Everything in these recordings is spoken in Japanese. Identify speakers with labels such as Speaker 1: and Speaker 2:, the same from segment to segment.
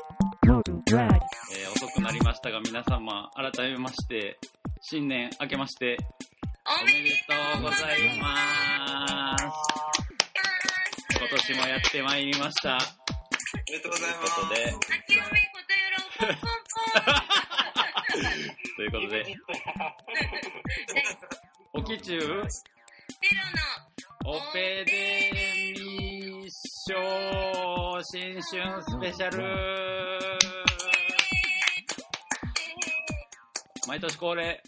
Speaker 1: えー遅くなりましたが皆様改めまして新年明けましておめでとうございます今年もやってまいりました
Speaker 2: おめでとうご
Speaker 1: と
Speaker 2: ざ
Speaker 1: い
Speaker 2: いうます。
Speaker 1: ことで
Speaker 3: きおめことよろポンポンポン。
Speaker 1: ということで おきちゅう
Speaker 3: ペロの
Speaker 1: オペデミー賞新春スペシャル毎年恒例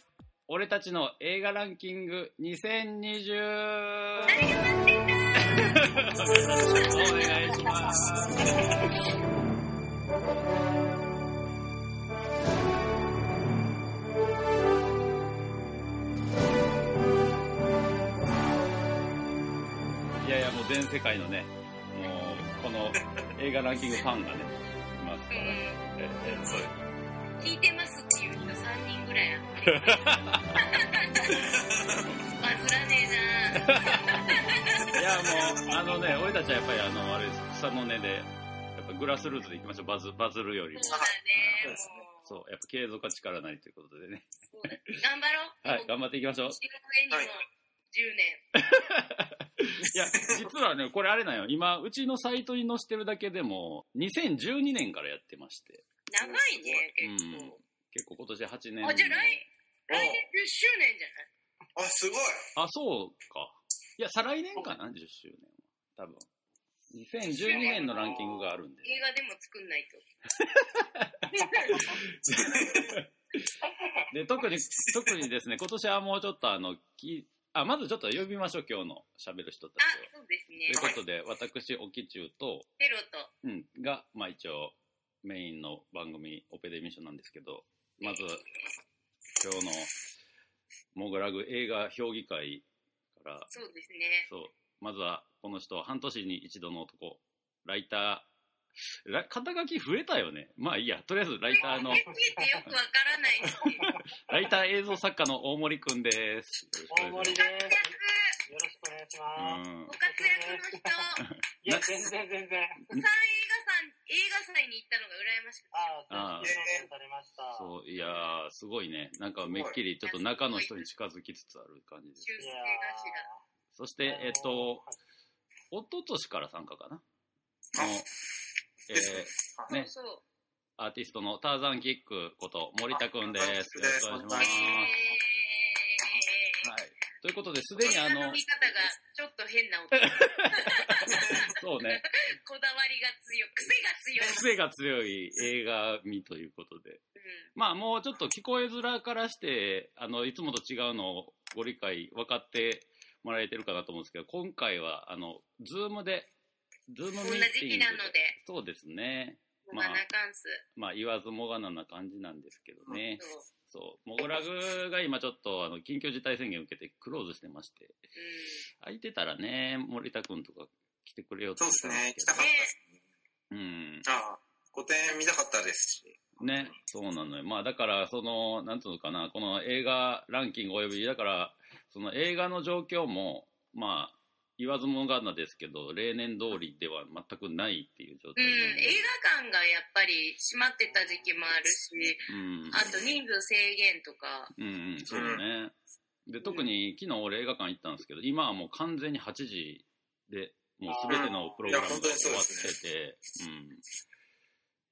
Speaker 1: 俺たちの映画ランキング2020お願いしますいやいやもう全世界のねもうこの映画ランキングファンがねいますからええ
Speaker 2: そう
Speaker 3: 聞いてますっていう人3人ぐらいある。バズらねえなぁ。
Speaker 1: いやもうあのね俺たちはやっぱりあのあれです草の根でやっぱグラスルーツでいきましょうバズバズるよりも
Speaker 3: そうだね。も
Speaker 1: そうやっぱ継続は力なりということでね
Speaker 3: う頑張ろう。
Speaker 1: はい頑張っていきましょう
Speaker 3: 仕事上にも10年。
Speaker 1: いや実はねこれあれなんよ今うちのサイトに載せてるだけでも2012年からやってまして
Speaker 3: 長いね、
Speaker 1: うん
Speaker 3: 結
Speaker 1: 結構今年8年
Speaker 3: 構。あ、じゃあ来、来年10周年じゃない
Speaker 2: あ、すごい。
Speaker 1: あそうかいや再来年かな10周年は多分2012年のランキングがあるんで
Speaker 3: 映画でも作んないと。
Speaker 1: で特に特にですね今年はもうちょっとあのきあまずちょっと呼びましょう今日のしゃべる人た
Speaker 3: あ
Speaker 1: ち、
Speaker 3: そうですね
Speaker 1: を。ということで私おきちゅうと、
Speaker 3: ペロと。
Speaker 1: うん、が、まあ、一応メインの番組オペデミッションなんですけどまず今日のモグラグ映画評議会から
Speaker 3: そうですね。
Speaker 1: そうまずはこの人半年に一度の男ライターラ肩書き増えたよねまあいいやとりあえずライターの
Speaker 3: 増えてよくわからな
Speaker 1: ラ
Speaker 3: いんですけど。
Speaker 1: イター映像作家の大森くんです
Speaker 4: 大森です。よろしくお願いします。
Speaker 1: うん
Speaker 3: ご活躍の人、3映
Speaker 4: いや、全然全
Speaker 3: 画
Speaker 4: 然。
Speaker 3: さん、映画祭に行ったのが羨ましくて。
Speaker 4: あ
Speaker 1: あ
Speaker 4: あ、
Speaker 1: ー
Speaker 4: 先生されました。
Speaker 1: そう、いやー、すごいね。なんかめっきりちょっと中の人に近づきつつある感じです。
Speaker 3: 修正
Speaker 4: いや
Speaker 3: が
Speaker 1: そして、えっと、一昨年から参加かなの、えーね、
Speaker 3: しら。そうそう。
Speaker 1: アーティストのターザンキックこと森田くんです。よ
Speaker 2: あ
Speaker 1: ろしくお願いします。
Speaker 3: えー。
Speaker 1: はい。ということで、すでにあ
Speaker 3: こんな
Speaker 1: の
Speaker 3: 飲み、方がちょっと変な音。
Speaker 1: そうね、
Speaker 3: こだわりが強い。癖が強い。
Speaker 1: 癖が強い映画見ということで。
Speaker 3: うん
Speaker 1: まあもうちょっと聞こえづらからして、あの、いつもと違うのをご理解、分かってもらえてるかなと思うんですけど、今回は、あの、ズームで、ズームミーティン
Speaker 3: こ
Speaker 1: グ
Speaker 3: んな時期なので、
Speaker 1: そうですね。
Speaker 3: もがなかんす。
Speaker 1: まあ言わずもがなな感じなんですけどね。
Speaker 3: そう。
Speaker 1: そう。モグラグが今ちょっと、あの、緊急事態宣言を受けてクローズしてまして、
Speaker 3: う
Speaker 1: 空いてたらね、森田くんとか来てくれよ
Speaker 2: そうですね。来たかっ
Speaker 1: ね。
Speaker 2: たです
Speaker 1: うん。
Speaker 2: ああ、個展見たかったですし。
Speaker 1: ね、そうなのよ。まあだから、その、なんつうのかな、この映画ランキングおよび、だから、その映画の状況も、まあ、言わずもがなですけど、例年通りでは全くないっていう状態
Speaker 3: ん、
Speaker 1: なん
Speaker 3: 映画館がやっぱり閉まってた時期もあるし、
Speaker 1: で。
Speaker 3: あと人数制限とか、
Speaker 1: うん、うん、うん、そうだね。で、特に昨日俺映画館行ったんですけど、今はもう完全に8時で、もうすべてのプログラムが終わってて、うん。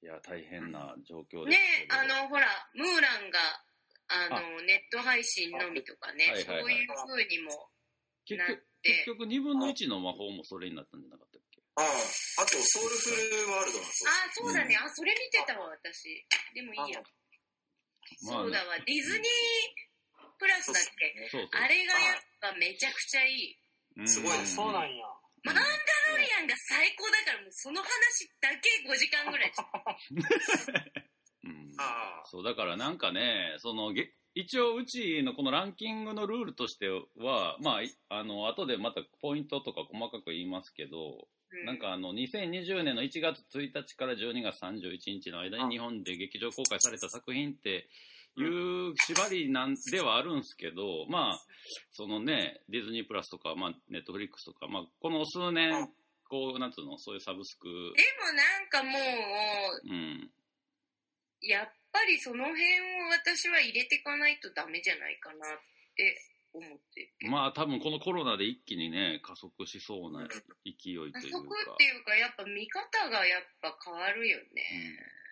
Speaker 1: いや、大変な状況で
Speaker 3: ね
Speaker 1: すけど
Speaker 3: あのほらムーランがあのネット配信のみとかね、
Speaker 1: はいはいはい
Speaker 3: そういう風にも
Speaker 1: 結
Speaker 3: なっ
Speaker 1: 局、結
Speaker 3: て
Speaker 1: 局2分の1の魔法もそれになったんじゃなかったっけ
Speaker 2: ああ、あと、ソウルフルワールドなんですよ。
Speaker 3: あそうだね、あそれ見てたわ私でもいい
Speaker 1: ま
Speaker 3: や、
Speaker 1: あね
Speaker 3: そうだわディズニープラスだっけ
Speaker 1: そうそう。
Speaker 3: あれがやっぱめちゃくちゃいい
Speaker 1: うん
Speaker 2: すごい
Speaker 4: あそうなんや。
Speaker 3: マンダロリアンが最高だからもうその話だけ5時間ぐらい
Speaker 1: うん
Speaker 2: ああ、
Speaker 1: そう、だからなんかね、その、げ一応うちのこのランキングのルールとしては、まあ、いあの、後でまたポイントとか細かく言いますけど、
Speaker 3: う
Speaker 1: なんかあの、2020年の1月1日から12月31日の間
Speaker 2: うん
Speaker 1: に日本で劇場公開された作品っていう縛りなんではあるんですけど、まあ、そのね、ディズニープラスとか、まあ、ネットフリックスとか、まあ、この数
Speaker 2: う
Speaker 1: 年
Speaker 2: ん、
Speaker 1: こう、なんつうの、そういうサブスク、
Speaker 3: でもなんかもう、
Speaker 1: うん、
Speaker 3: やっぱりその辺を私は入れていかないとダメじゃないかなって思ってる。
Speaker 1: まあ多分このコロナで一気にね、加速しそうな勢いというか。
Speaker 3: あそこっていうか、やっぱ見方がやっぱ変わるよね。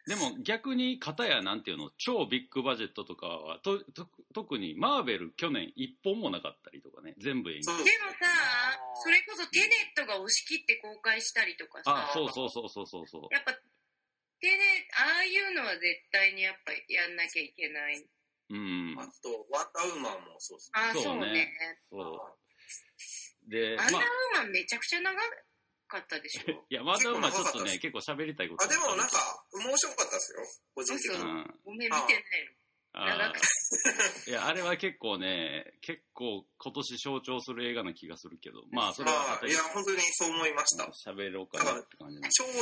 Speaker 1: でも逆に片やなんていうの超ビッグバジェットとかはとと特にマーベル去年一本もなかったりとかね全部映
Speaker 2: そう
Speaker 1: 画
Speaker 3: でもさ、それこそテネットが押し切って公開したりとかさ、
Speaker 1: あそうそうそうそうそうそう
Speaker 3: やっぱ、テネ、ああいうのは絶対にやっぱやんなきゃいけない。
Speaker 1: うん
Speaker 2: あと、ワンダーウーマンもそうですね。
Speaker 3: ああ、
Speaker 1: そ
Speaker 3: そうう
Speaker 1: ね
Speaker 3: ね。
Speaker 1: そうで
Speaker 3: アンダー
Speaker 1: まあ
Speaker 3: ウーマンめちゃくちゃ長かったでし ょ
Speaker 1: いやまだまあちょっとね結
Speaker 2: 結
Speaker 1: 構喋りたいこと
Speaker 2: あ、でもなんか、面白かったですよ。個人的
Speaker 1: う
Speaker 2: に。
Speaker 1: ん
Speaker 3: ごめん、見てないの。
Speaker 1: あ
Speaker 3: 長く
Speaker 1: ーいやあれは結構ね結構今年象徴する映画な気がするけどまあそれは
Speaker 2: まあ、いや、本当にそう思いました。
Speaker 1: 喋ろうかなって感じなんで
Speaker 2: 超総括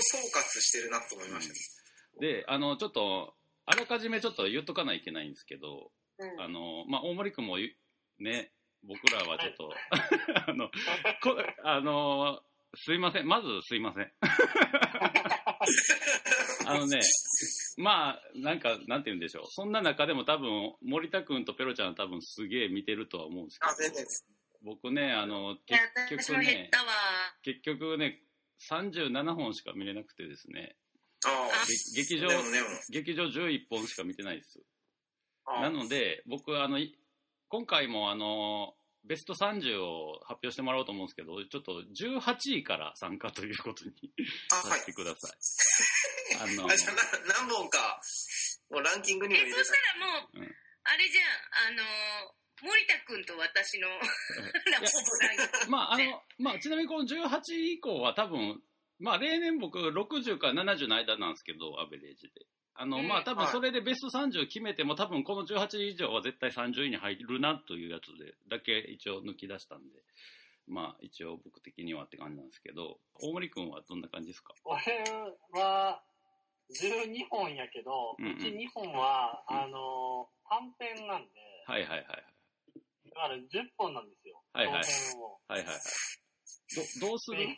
Speaker 2: してるなと思いました。
Speaker 1: であのちょっとあらかじめちょっと言っとかないといけないんですけど
Speaker 3: うん
Speaker 1: あの、まあ、大森君もゆね、僕らはちょっと、 あの、こあの、すいません。まずすいません。あのね、まあ、なんか、なんて言うんでしょう。そんな中でも多分、森田君とペロちゃんは多分すげえ見てるとは思うんです
Speaker 2: あ、
Speaker 1: け
Speaker 2: 全
Speaker 1: ど
Speaker 2: 然、です。
Speaker 1: 僕ね、あの、
Speaker 3: いや、
Speaker 1: 結
Speaker 3: 私
Speaker 1: 局
Speaker 3: も減
Speaker 1: ね
Speaker 3: っ、たわ。
Speaker 1: 結局ね、37本しか見れなくてですね、
Speaker 2: ああ、
Speaker 1: げ劇場
Speaker 2: で、もでも。
Speaker 1: 劇場11本しか見てないです。
Speaker 2: あ
Speaker 1: な
Speaker 2: あ
Speaker 1: ので、僕、あの、い今回も、あの、ベスト30を発表してもらおうと思うんですけど、ちょっと18位から参加ということに
Speaker 2: あ、
Speaker 1: さ
Speaker 2: はい
Speaker 1: せ。てください。あの、
Speaker 2: あ、じゃあな何本か、もうランキングに
Speaker 3: え
Speaker 2: も入れ、
Speaker 3: そした
Speaker 2: い。
Speaker 3: らもう、
Speaker 1: うん
Speaker 3: あれじゃん、あのー、森田君と私の、 ラボさ
Speaker 1: まあ、あの、まあ、ちなみにこの18位以降は多分、まあ、例年僕60から70の間なんですけど、アベレージで。あの、
Speaker 3: うん
Speaker 1: まあ、多分
Speaker 2: はい
Speaker 1: それでベスト30決めても、多分この18位以上は絶対30位に入るなというやつで、だけ一応抜き出したんで、まあ、一応僕的にはって感じなんですけど、大森君はどんな感じですか
Speaker 4: 俺は、12本やけど、
Speaker 1: うんうん
Speaker 4: うち2本は、
Speaker 1: うん
Speaker 4: あの、短編なんで、
Speaker 1: はいはいはいはい。
Speaker 4: だから10本なんですよ。
Speaker 1: はいはい
Speaker 4: 長編を。
Speaker 1: はいはいはい。ど、どうする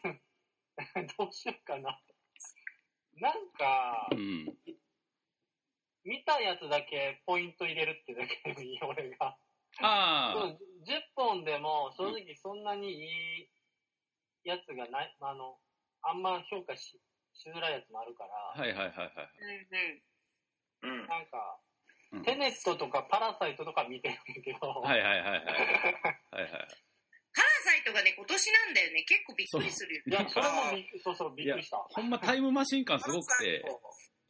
Speaker 4: どうしようかな。なんか
Speaker 1: う、ん。
Speaker 4: 見たやつだけポイント入れるってだけでいい、俺が。で
Speaker 1: あ
Speaker 4: も10本でも、正直そんなにいいやつがない、あの、あんま評価ししづらいやつもあるから、
Speaker 1: あ、はいはいはいはいはい。
Speaker 3: ん。うん
Speaker 2: うん。
Speaker 4: なんか、
Speaker 1: うん
Speaker 4: テネットとかパラサイトとか見てるんだけど、
Speaker 1: はいはいはいはい。はいはい。
Speaker 3: パラサイトがね、今年なんだよね。結構びっくりするよ
Speaker 4: い
Speaker 3: ね。
Speaker 4: や、それもびっくそうそう、びっくりした。
Speaker 1: ほんまタイムマシン感すごくて、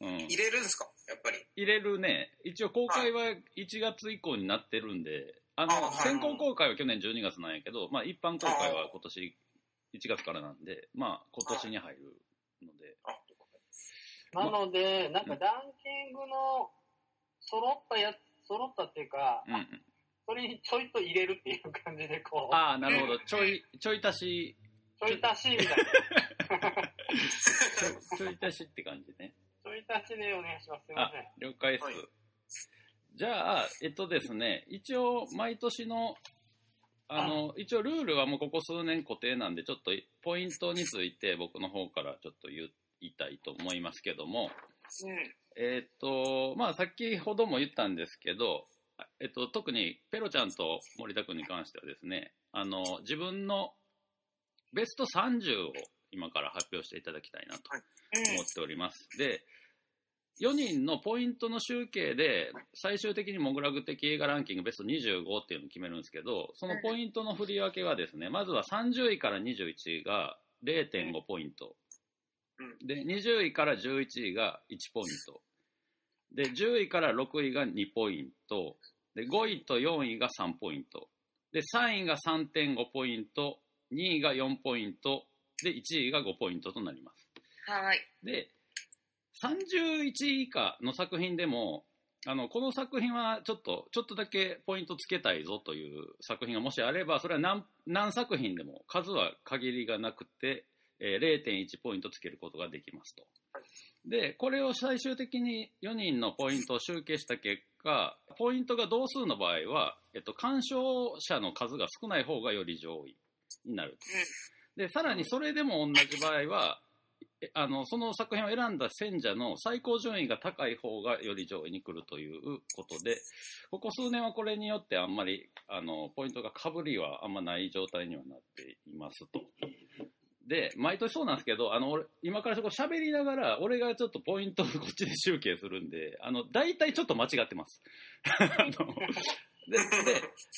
Speaker 1: うん、
Speaker 2: 入れるんですかやっぱり。
Speaker 1: 入れるね、一応公開は1月以降になってるんで、あの、
Speaker 2: あはい
Speaker 1: 先行公開は去年12月なんやけど、まあ一般公開は今年1月からなんで、まあ今年に入るので、
Speaker 4: なので、なんかランキングの揃ったやつ、揃ったっていうか、
Speaker 1: うんうん。
Speaker 4: それにちょいと入れるっていう感じで、こう、
Speaker 1: ああ、なるほど。ちょい、ちょい足し、
Speaker 4: ちょい足しみたいな。
Speaker 1: ちょい足しって感じね。
Speaker 4: ちょい足しでお願いします。すいません。
Speaker 1: 了解です、
Speaker 2: はい
Speaker 1: じゃあ、えっとですね、一応、毎年の、あの、一応、ルールはもうここ数年固定なんで、ちょっと、ポイントについて、僕の方からちょっと言いたいと思いますけども、
Speaker 3: うん。
Speaker 1: えっと、まあ、先ほども言ったんですけど、えっと、特に、ペロちゃんと森田君に関してはですね、あの、自分のベスト30を今から発表していただきたいなと。思っ
Speaker 3: うん。
Speaker 1: ております。で、4人のポイントの集計で、最終的にモグラグ的映画ランキングベスト25っていうのを決めるんですけど、そのポイントの振り分けはですね、まずは30位から21位が0.5ポイント。で、20位から11位が1ポイント。で、10位から6位が2ポイント。で、5位と4位が3ポイント。で、3位が3.5ポイント。2位が4ポイント。で、1位が5ポイントとなります。
Speaker 3: はい。
Speaker 1: で、31位以下の作品でも、あの、この作品はちょっと、ちょっとだけポイントつけたいぞという作品がもしあれば、それは何、何作品でも数は限りがなくて、えー0.1ポイントつけることができますと。で、これを最終的に4人のポイントを集計した結果、ポイントが同数の場合は、えっと、干渉者の数が少ない方がより上位になると。で、さらにそれでも同じ場合は、えあのその作品を選んだ選者の最高順位が高い方がより上位に来るということで、ここ数年はこれによってあんまりあのポイントがかぶりはあんまない状態にはなっていますと。で、毎年そうなんですけど、あの俺今からそこ喋りながら、俺がちょっとポイントをこっちで集計するんで、あの大体ちょっと間違ってます。あのでで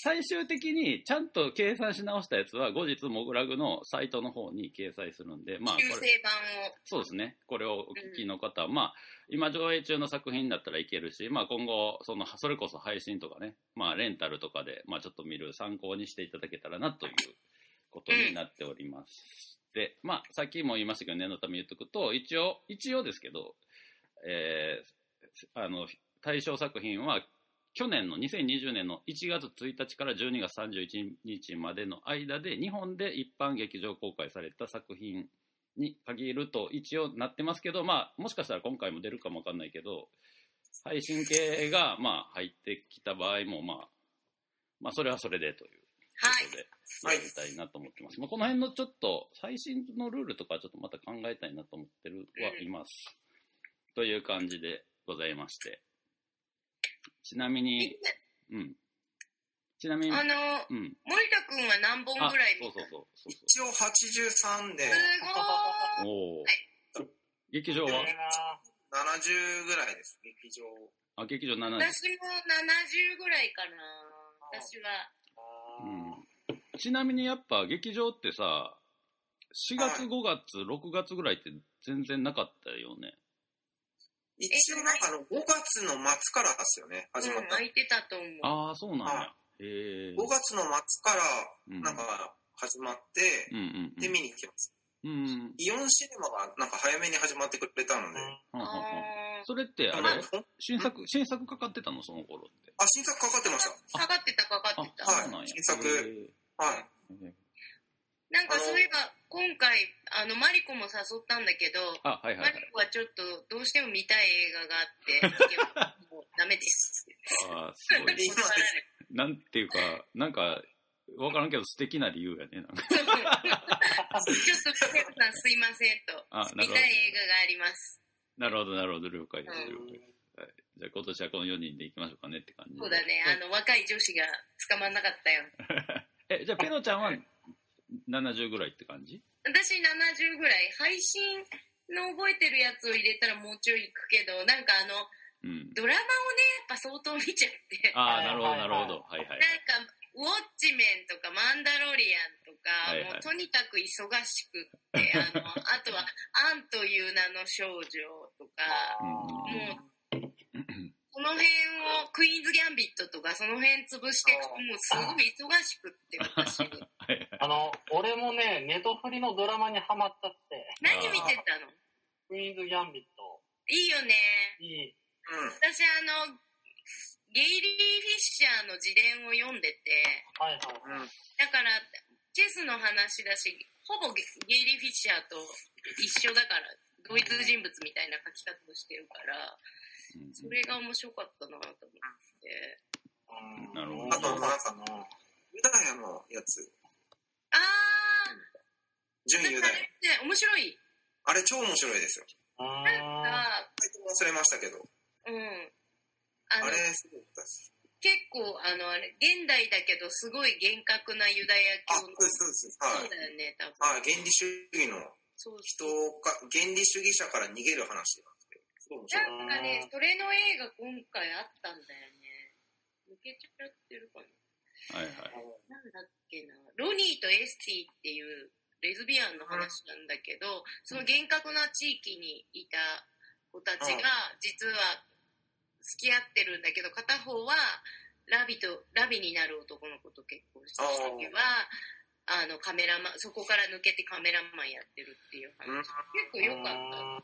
Speaker 1: 最終的にちゃんと計算し直したやつは後日モグラグのサイトの方に掲載するんで、まあこ
Speaker 3: 修
Speaker 1: れ
Speaker 3: 正版を。
Speaker 1: そうですね、これをお聞きの方は、まあ、今上映中の作品だったらいけるし、まあ、今後その、それこそ配信とかね、まあ、レンタルとかで、まあ、ちょっと見る参考にしていただけたらなということになっておりまして、まあ、さっきも言いましたけど、念のため言っとくと、一応、一応ですけど、えーあの対象作品は去年の2020年の1月1日から12月31日までの間で日本で一般劇場公開された作品に限ると一応なってますけど、まあ、もしかしたら今回も出るかもわかんないけど配信系がまあ入ってきた場合も、まあ、まあそれはそれでという
Speaker 3: はい。
Speaker 1: ことでやりたいなと思ってます、まあ、この辺のちょっと最新のルールとかはちょっとまた考えたいなと思ってるはいます、という感じでございましてちなみに、うん、ちなみに
Speaker 3: あの、
Speaker 1: うん
Speaker 3: 森田くんは何本ぐらい見
Speaker 1: そう
Speaker 3: た
Speaker 1: そうそうそうそ
Speaker 2: 一応83で
Speaker 3: すご
Speaker 1: うおお劇場は
Speaker 4: これな
Speaker 2: 70ぐらいです、劇場。
Speaker 1: あ劇場7
Speaker 3: ーい。私も70ぐらいかな。私は。
Speaker 4: あ
Speaker 1: う
Speaker 4: ー
Speaker 1: んちなみにやっぱ劇場ってさ4月
Speaker 2: はい
Speaker 1: 5月6月ぐらいって全然なかったよね
Speaker 2: 一応なんかあの5月の末からですよね、始ま
Speaker 3: う
Speaker 2: っ
Speaker 3: ん、
Speaker 2: た
Speaker 3: 空。いてたと思う。
Speaker 1: ああそうなん
Speaker 2: は
Speaker 1: やへえ
Speaker 2: 5月の末から
Speaker 1: うん
Speaker 2: なんか始まって
Speaker 1: う、んうん
Speaker 2: で見に行きます。
Speaker 1: うんうん
Speaker 2: イオンシネマがなんか早めに始まってくれたので、
Speaker 1: はんはんはん
Speaker 3: あ
Speaker 1: それってあ
Speaker 2: あ
Speaker 1: れ
Speaker 2: ほん
Speaker 1: 新作新作かかってたのその頃って
Speaker 2: あ新作かかってました。
Speaker 3: ーかかってた、かかってた。
Speaker 1: あそう
Speaker 2: い
Speaker 1: なんや
Speaker 2: 新作
Speaker 1: へ
Speaker 2: はい。
Speaker 1: ー
Speaker 3: なんかそういえば、今回、あの、マリコも誘ったんだけど、
Speaker 1: あはいはい
Speaker 3: マ
Speaker 1: は
Speaker 3: リ
Speaker 1: い
Speaker 3: コはちょっとどうしても見たい映画があって、いや もうダメです。
Speaker 1: あーす ごい
Speaker 2: 今
Speaker 1: なんていうかなんかわからんけど素敵な理由やねなんか
Speaker 3: ちょっと、ペコさんすいませんと。
Speaker 1: あな
Speaker 3: 見
Speaker 1: るほ
Speaker 3: たい映画があります。
Speaker 1: どなるほどなるほど了解です
Speaker 3: う
Speaker 1: 了解ですじゃあ今年はこの4人で行きましょうかねって感じで
Speaker 3: そうだね、あの、若い女子が捕まんなかったよ。
Speaker 1: え、じゃあ、ペロちゃんは70ぐらいって感じ
Speaker 3: 私70ぐらい、配信の覚えてるやつを入れたらもうちょいいくけど、なんかあの、
Speaker 1: うん。
Speaker 3: ドラマをね、やっぱ相当見ちゃって、
Speaker 1: ああ、
Speaker 4: はい
Speaker 1: なるほど、
Speaker 4: はい
Speaker 1: なるほど。はいはい。
Speaker 3: なんか、ウォッチメンとかマンダロリアンとか、
Speaker 1: はいはい
Speaker 3: もうとにかく忙しくって、あの、あとは、アンという名の少女とか、
Speaker 1: うん
Speaker 3: もうこの辺をクイーンズ・ギャンビットとかその辺潰して
Speaker 2: あー
Speaker 3: もうすごい忙しくって私
Speaker 4: あの、俺もね、ネトフリのドラマにハマったって、
Speaker 3: 何見てたの
Speaker 4: クイーンズ・ギャンビット、
Speaker 3: いいよね
Speaker 4: いい。
Speaker 2: うん。
Speaker 3: 私あのゲイリー・フィッシャーの自伝を読んでて
Speaker 4: はいは
Speaker 2: うん、
Speaker 4: い。
Speaker 3: だからチェスの話だしほぼゲゲイリー・フィッシャーと一緒だから同一人物みたいな書き方をしてるから
Speaker 1: うん
Speaker 3: それが面白かったなと思って
Speaker 4: うん
Speaker 1: なるほど
Speaker 4: あと、なんかな、
Speaker 2: ユダヤのやつ、
Speaker 3: あー
Speaker 2: 純ユ
Speaker 3: なん
Speaker 2: ダ
Speaker 3: かあ。
Speaker 2: ヤ
Speaker 3: れって面白い
Speaker 2: あれ超面白いですよ。
Speaker 4: うん
Speaker 3: なんか
Speaker 2: タイトル忘れましたけど、
Speaker 3: うん。あ
Speaker 2: あ
Speaker 3: の、
Speaker 2: れすごかったです。
Speaker 3: 結構、あの、あれ、現代だけど、すごい厳格なユダ
Speaker 2: あ、
Speaker 3: ヤ
Speaker 2: そ
Speaker 3: 教の。
Speaker 2: うです、そうです。は
Speaker 3: そう
Speaker 2: い。
Speaker 3: だよね、多分。
Speaker 2: はい、原理主義の
Speaker 3: そう
Speaker 2: 人か、原理主義者から逃げる話なんですけど、すごい面白い。
Speaker 3: なんかね、それの映画今回あったんだよね。抜けちゃってるか
Speaker 1: はいはい。
Speaker 3: な。なんだっけな。ロニーとエスティっていうレズビアンの話なんだけど、その厳格な地域にいた子たちが、実は付き合ってるんだけど、片方はラビと、ラビになる男の子と結婚した時は、あのカメラマン、そこから抜けてカメラマンやってるっていう話。
Speaker 2: うん
Speaker 3: 結構良かった。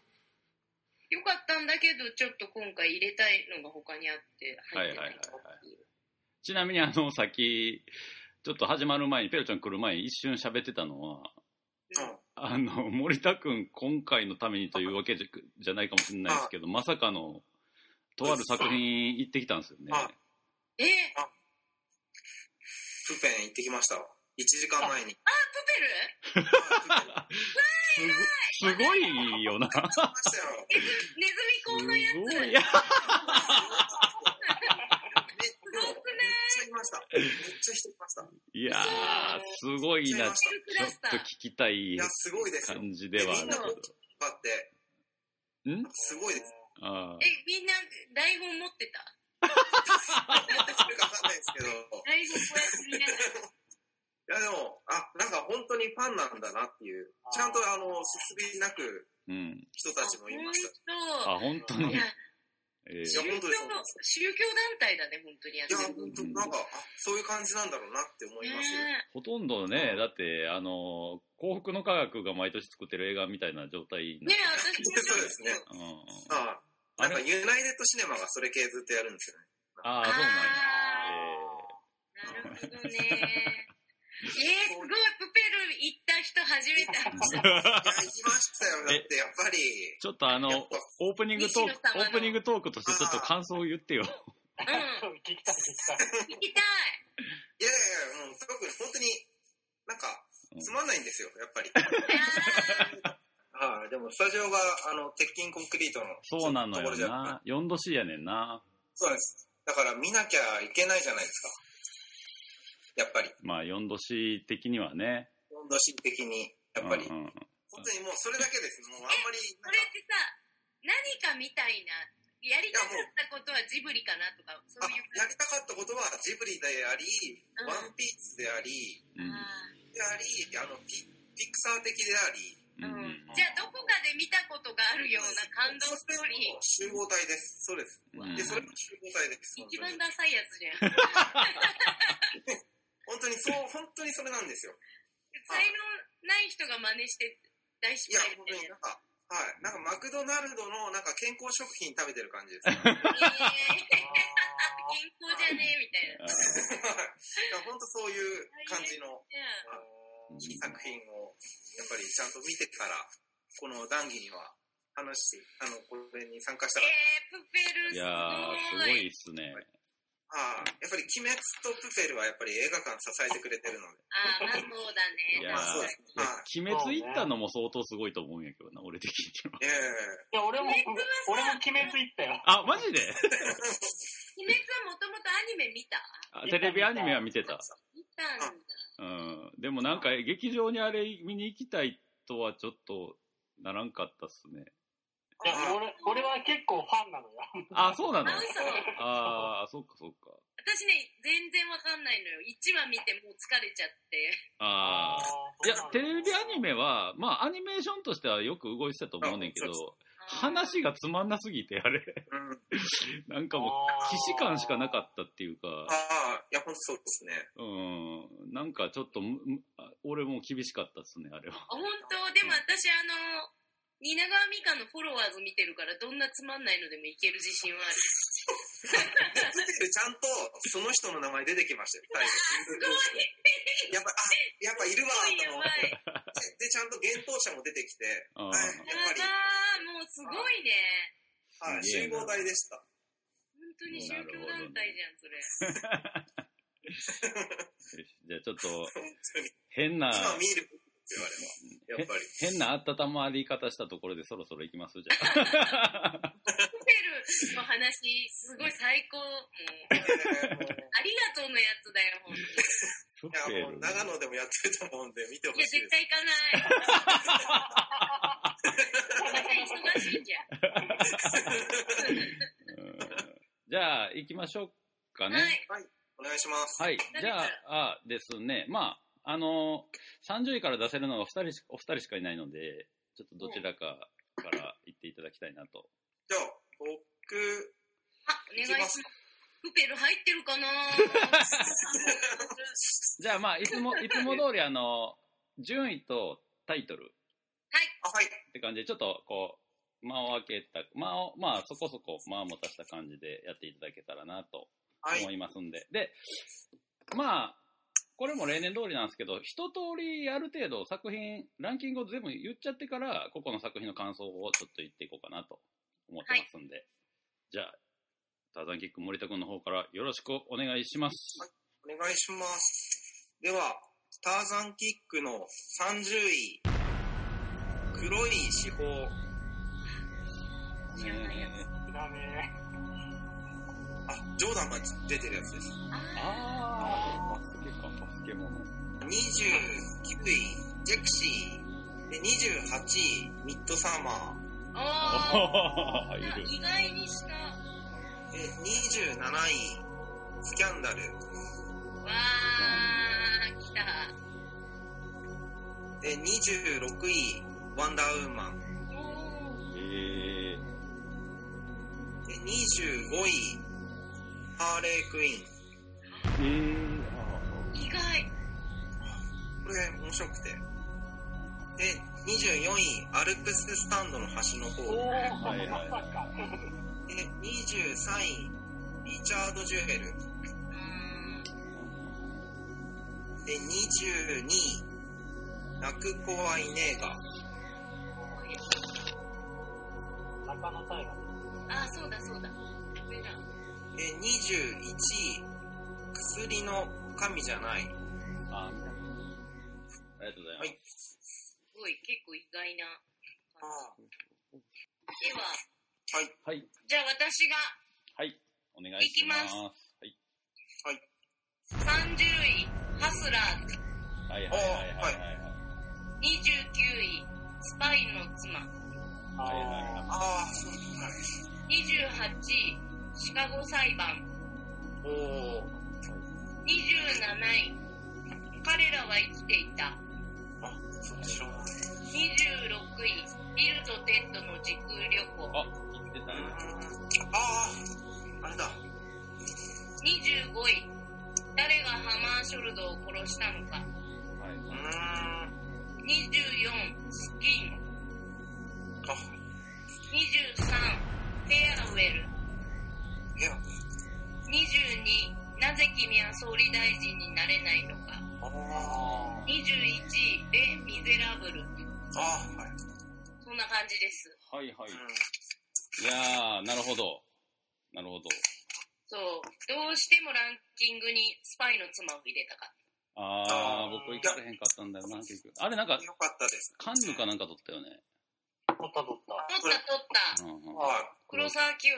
Speaker 3: 良かったんだけど、ちょっと今回入れたいのが他にあって入ってないかっていう。
Speaker 1: ちなみに、あの、さっき、ちょっと始まる前に、ペロちゃん来る前に一瞬喋ってたのは、あの森田君、今回のためにというわけじゃじゃないかもしれないですけど、まさかの、とある作品行ってきたんですよね。
Speaker 2: あ
Speaker 3: えー、
Speaker 2: プペン行ってきましたわ。1時間前に。
Speaker 3: プペル
Speaker 1: すごすごいよな。
Speaker 2: 行きましたよ。
Speaker 3: ネズネズミ
Speaker 1: す
Speaker 3: 講のや
Speaker 1: ごい。い
Speaker 3: つ
Speaker 1: や
Speaker 2: めっちゃいました。めっちゃ人いました。
Speaker 1: いやー、すごいな。ちょ
Speaker 3: シルクラ
Speaker 1: っ
Speaker 3: スタ
Speaker 1: と
Speaker 3: ー
Speaker 1: 聞きたい
Speaker 2: いや、すごいですよ。
Speaker 1: 感じではあるけど。
Speaker 2: だって、
Speaker 1: ん
Speaker 2: すごいです。
Speaker 1: あ
Speaker 3: えみんな台本持ってた
Speaker 2: それかわかんないですけど。い
Speaker 3: 台本こうやって見ながら
Speaker 2: や、でも、あ、なんか本当にファンなんだなっていう。ちゃんと、あの、すすびなく
Speaker 1: ーうん。
Speaker 2: 人たちもいました。
Speaker 3: あ
Speaker 1: あ、本当
Speaker 3: 本当
Speaker 1: に
Speaker 3: いや。
Speaker 1: え
Speaker 3: 宗
Speaker 1: ー
Speaker 3: 教宗教団体だね本当にやって
Speaker 2: いや、
Speaker 3: る
Speaker 2: 本当なんか、あ、そういう感じなんだろうなって思いますよ。
Speaker 3: ね
Speaker 1: ほとんどね、だって、あの、幸福の科学が毎年作ってる映画みたいな状態
Speaker 3: え。ねえ私も
Speaker 2: そうですね
Speaker 1: うんうん
Speaker 2: あ
Speaker 1: あ
Speaker 2: なんか
Speaker 1: れ
Speaker 2: ユナイテッドシネマがそれ系ずっとやるんで すよね。
Speaker 1: ああ、
Speaker 3: あ
Speaker 1: そうなんや。
Speaker 3: ーなるほどねえー、すごいプペル行った人初めて会った
Speaker 2: いや、行きましたよ。だって、やっぱり、
Speaker 1: ちょっとあの、オープニングトーク、
Speaker 3: 西野さん
Speaker 1: オ
Speaker 3: は
Speaker 1: ープニングトークとしてちょっと感想を言ってよ。
Speaker 3: う
Speaker 4: 聞きたい、聞きたい。
Speaker 3: ん行きたい
Speaker 2: いやいやいや、もう、特に本当に、なんか、つまんないんですよ、やっ ぱり。はい、でもスタジオがあの鉄筋コンクリートの
Speaker 1: そうなの
Speaker 2: ところ
Speaker 1: よ
Speaker 2: じゃ
Speaker 1: な。4度 C やねんな。
Speaker 2: そうなんですだから見なきゃいけないじゃないですかやっぱり
Speaker 1: まあ4度 C 的にはね。
Speaker 2: 温度心的にやっぱり、
Speaker 1: うんうん
Speaker 2: 本当にもうそれだけですもうあんまり
Speaker 3: これってさ何かみたいなやりたかったことはジブリかなとかそう
Speaker 2: なんかあ
Speaker 3: いう
Speaker 2: やりたかったことはジブリであり、
Speaker 3: うん
Speaker 2: ワンピースであり
Speaker 1: うん
Speaker 3: あー
Speaker 2: でありあのピピクサー的であり
Speaker 1: うんうんうん
Speaker 3: じゃあどこかで見たことがあるような感動ストーリー
Speaker 2: 集合体ですそうです
Speaker 1: うん
Speaker 2: でそれも集合体です本
Speaker 3: 一
Speaker 2: 当
Speaker 3: 番
Speaker 2: に
Speaker 3: ダサいや つじゃん才
Speaker 2: 本当にそう本当にそれなんですよ
Speaker 3: 能ない人が真似して大失
Speaker 2: いや
Speaker 3: 敗み
Speaker 2: 本
Speaker 3: た
Speaker 2: 当
Speaker 3: い
Speaker 2: に
Speaker 3: な
Speaker 2: なんかはいなんかマクドナルドのなんか健康食品食べて る感じです
Speaker 3: えー
Speaker 4: あ
Speaker 3: 健康じゃねえみたいな。
Speaker 1: あー
Speaker 2: 本当そういう感じの
Speaker 3: じゃあ
Speaker 1: ん
Speaker 2: いい作品をやっぱりちゃんと見てからこの談義には話してあのこれに参加した
Speaker 3: え
Speaker 2: か
Speaker 3: ー、プペル
Speaker 1: い
Speaker 3: す
Speaker 1: やー、
Speaker 3: ご
Speaker 1: すごい
Speaker 3: い。
Speaker 1: っすね。
Speaker 2: ら、ああやっぱり「鬼滅」と「プペル」はやっぱり映画館支えてくれてるので
Speaker 3: あー、まあそうだね。
Speaker 1: いやー
Speaker 2: まあそうですねはい
Speaker 1: 鬼滅行ったのも相当すごいと思うんやけどな、俺的には。
Speaker 2: え
Speaker 4: いや、俺も、俺も鬼滅行ったよ。
Speaker 1: あ、マジで
Speaker 3: 鬼滅はもともとアニメ見た
Speaker 1: あテレビアニメは見てた。
Speaker 3: 見たんだ。
Speaker 1: うん。でもなんか劇場にあれ見に行きたいとはちょっとならんかったっすね。
Speaker 4: いや、俺、俺は結構ファンなのよ。
Speaker 1: あ、そうなの
Speaker 3: あ、嘘。
Speaker 1: ああ、そっかそっか。
Speaker 3: 私ね、全然わかんないのよ。1話見てもう疲れちゃって。
Speaker 1: ああ。いや、テレビアニ
Speaker 4: メ。
Speaker 1: メは、まあ、アニメーションとしてはよく動いてたと思うねんけど
Speaker 2: あそ、
Speaker 1: 話がつまんなすぎて、あれ、
Speaker 2: えうん
Speaker 1: なんかもう、既視感しかなかったっていう
Speaker 2: あ
Speaker 1: か、
Speaker 2: あいや本当そうで すね
Speaker 1: うん、なんかちょっとむ、むあ俺も厳しかったっすね、あれは。
Speaker 3: あ本当でも私、あの、蜷川美香のフォロワーズ見てるから、どんなつまんないのでもいける自信はある。
Speaker 2: プペルちゃんとその人の名前出てきましたよ最初やっぱあやっぱいるわ
Speaker 3: すごいや
Speaker 2: と思
Speaker 3: ば
Speaker 2: って
Speaker 3: い。
Speaker 2: でちゃんと幻冬者も出てきて
Speaker 1: あ
Speaker 2: はい
Speaker 1: ー
Speaker 3: やばー、もうすごいね。
Speaker 2: はい
Speaker 1: すげえ
Speaker 2: 集
Speaker 1: な
Speaker 2: 合体でした
Speaker 3: 本当に宗教団体じゃん、それ。
Speaker 1: じゃあちょっと、
Speaker 2: 本当に
Speaker 1: 変な、
Speaker 2: 今見るって言われ ばやっぱり
Speaker 1: 変な温まり方したところでそろそろ行きますじゃあ。
Speaker 3: プペルの話、すごい最高。もう、ありがとうのやつだよ、ほんとに。い
Speaker 1: フッ
Speaker 2: い
Speaker 1: ペ
Speaker 2: や、もう
Speaker 1: ル。
Speaker 2: 長野でもやってると思うんで、見てほ
Speaker 3: や、
Speaker 2: しい
Speaker 3: 絶
Speaker 2: です。
Speaker 3: 対行か ない。なんか忙しいんじゃん。
Speaker 1: うんじゃあ、行きましょうかね。
Speaker 3: はい。
Speaker 2: お願いします。
Speaker 1: はい。
Speaker 3: 誰
Speaker 1: じ
Speaker 3: か
Speaker 1: ゃ
Speaker 3: ら
Speaker 1: あ、あですね。まあ、あの30位から出せるのが2人しお二人しかいないので、ちょっとどちらかから言っていただきたいなと。
Speaker 2: じゃあ、 僕、
Speaker 3: あ、お願いします。プペル入ってるかな
Speaker 1: じゃあ、まあ、いつも、いつも通り、あの順位とタイトル
Speaker 2: あ、はい。
Speaker 1: って感じで、ちょっと、こう、間を空けた、間を、まあ、そこそこ間を持たした感じでやっていただけたらなと
Speaker 2: はい。
Speaker 1: 思いますんで。で、まあ、これも例年通りなんですけど、一通りある程度作品、ランキングを全部言っちゃってから、ここの作品の感想をちょっと言っていこうかなと思ってますんで、じゃあ、ターザンキック森田君の方からよろしくお願いします。
Speaker 2: お願いします。では、ターザンキックの30位、黒い四方。
Speaker 3: 知らないやつ。
Speaker 4: 知らね
Speaker 2: あ、ジョーダンが出てるやつです。
Speaker 3: あ
Speaker 1: あー、バスケか、バスケもの。
Speaker 2: 29位、ジェクシー。で、28位、ミッドサーマ
Speaker 3: ーあ
Speaker 1: あー、い
Speaker 3: ー。
Speaker 1: る。
Speaker 3: 意外にした。
Speaker 2: ー。で、27位、スキャンダル。
Speaker 3: わー、来た。
Speaker 2: で、26位、ワンダーウーマン。
Speaker 3: お
Speaker 1: えー、
Speaker 2: で、25位、ハーレークイーン。
Speaker 1: えー、あ
Speaker 3: ー、意外。
Speaker 2: これ面白くて。で、24位、アルプススタンドの端の方。
Speaker 4: え。おお、
Speaker 1: はいはい
Speaker 4: まさか。
Speaker 2: で、23位、リチャード・ジュエル。
Speaker 3: うーん
Speaker 2: で、22位、泣く子はいねえが。
Speaker 3: こういう
Speaker 4: 中野大河。
Speaker 3: あー、そうだそうだ。これだ。
Speaker 2: で、21位、薬の神じゃない。
Speaker 1: ーあー、見た。ありがとうございま
Speaker 2: は
Speaker 1: す。
Speaker 2: い。
Speaker 3: すごい、結構意外な。
Speaker 2: ああ
Speaker 3: では、
Speaker 2: はい。
Speaker 1: はい、
Speaker 3: じゃあ私が
Speaker 1: はい、お願いします。
Speaker 3: いき
Speaker 1: はい、
Speaker 3: 30位、ハスラーズ。
Speaker 1: はい、はい、はい、はい、はい。
Speaker 3: 29位、スパイの妻。
Speaker 1: はいはいはい
Speaker 4: あ
Speaker 2: ああ、そうなんです。
Speaker 3: 28位、シカゴ裁判。
Speaker 2: おお。
Speaker 3: 27位、彼らは生きていた。
Speaker 2: あ、そうしょうがない。
Speaker 3: 26位、ビルとテッドの時空旅行。
Speaker 1: あ、言ってたね。
Speaker 2: ああ、あれだ。
Speaker 3: 25位、誰がハマーショルドを殺したのか。
Speaker 1: は
Speaker 2: うー
Speaker 1: い。
Speaker 2: ん。あ、
Speaker 3: 24、スキン。23、フェアウェル。
Speaker 2: いや、
Speaker 3: 22、なぜ君は総理大臣になれないのか。
Speaker 2: ああ。
Speaker 3: 21位、レ・ミゼラブル。
Speaker 2: ああ、はい。
Speaker 3: そんな感じです。
Speaker 1: はいはい。
Speaker 2: うん
Speaker 1: いやー、なるほど。なるほど。
Speaker 3: そう。どうしてもランキングにスパイの妻を入れたかっ
Speaker 1: あ
Speaker 2: あ
Speaker 1: ー、
Speaker 2: ー
Speaker 1: 僕行かれへんかったんだよな、結局。あれなんか、
Speaker 2: よかったです。
Speaker 1: カンヌかなんか撮ったよね。
Speaker 4: あ。取った取った。
Speaker 3: た。取った取っ
Speaker 1: う
Speaker 3: た。
Speaker 1: んう
Speaker 2: はい。
Speaker 3: 黒沢
Speaker 1: ん、
Speaker 3: 清。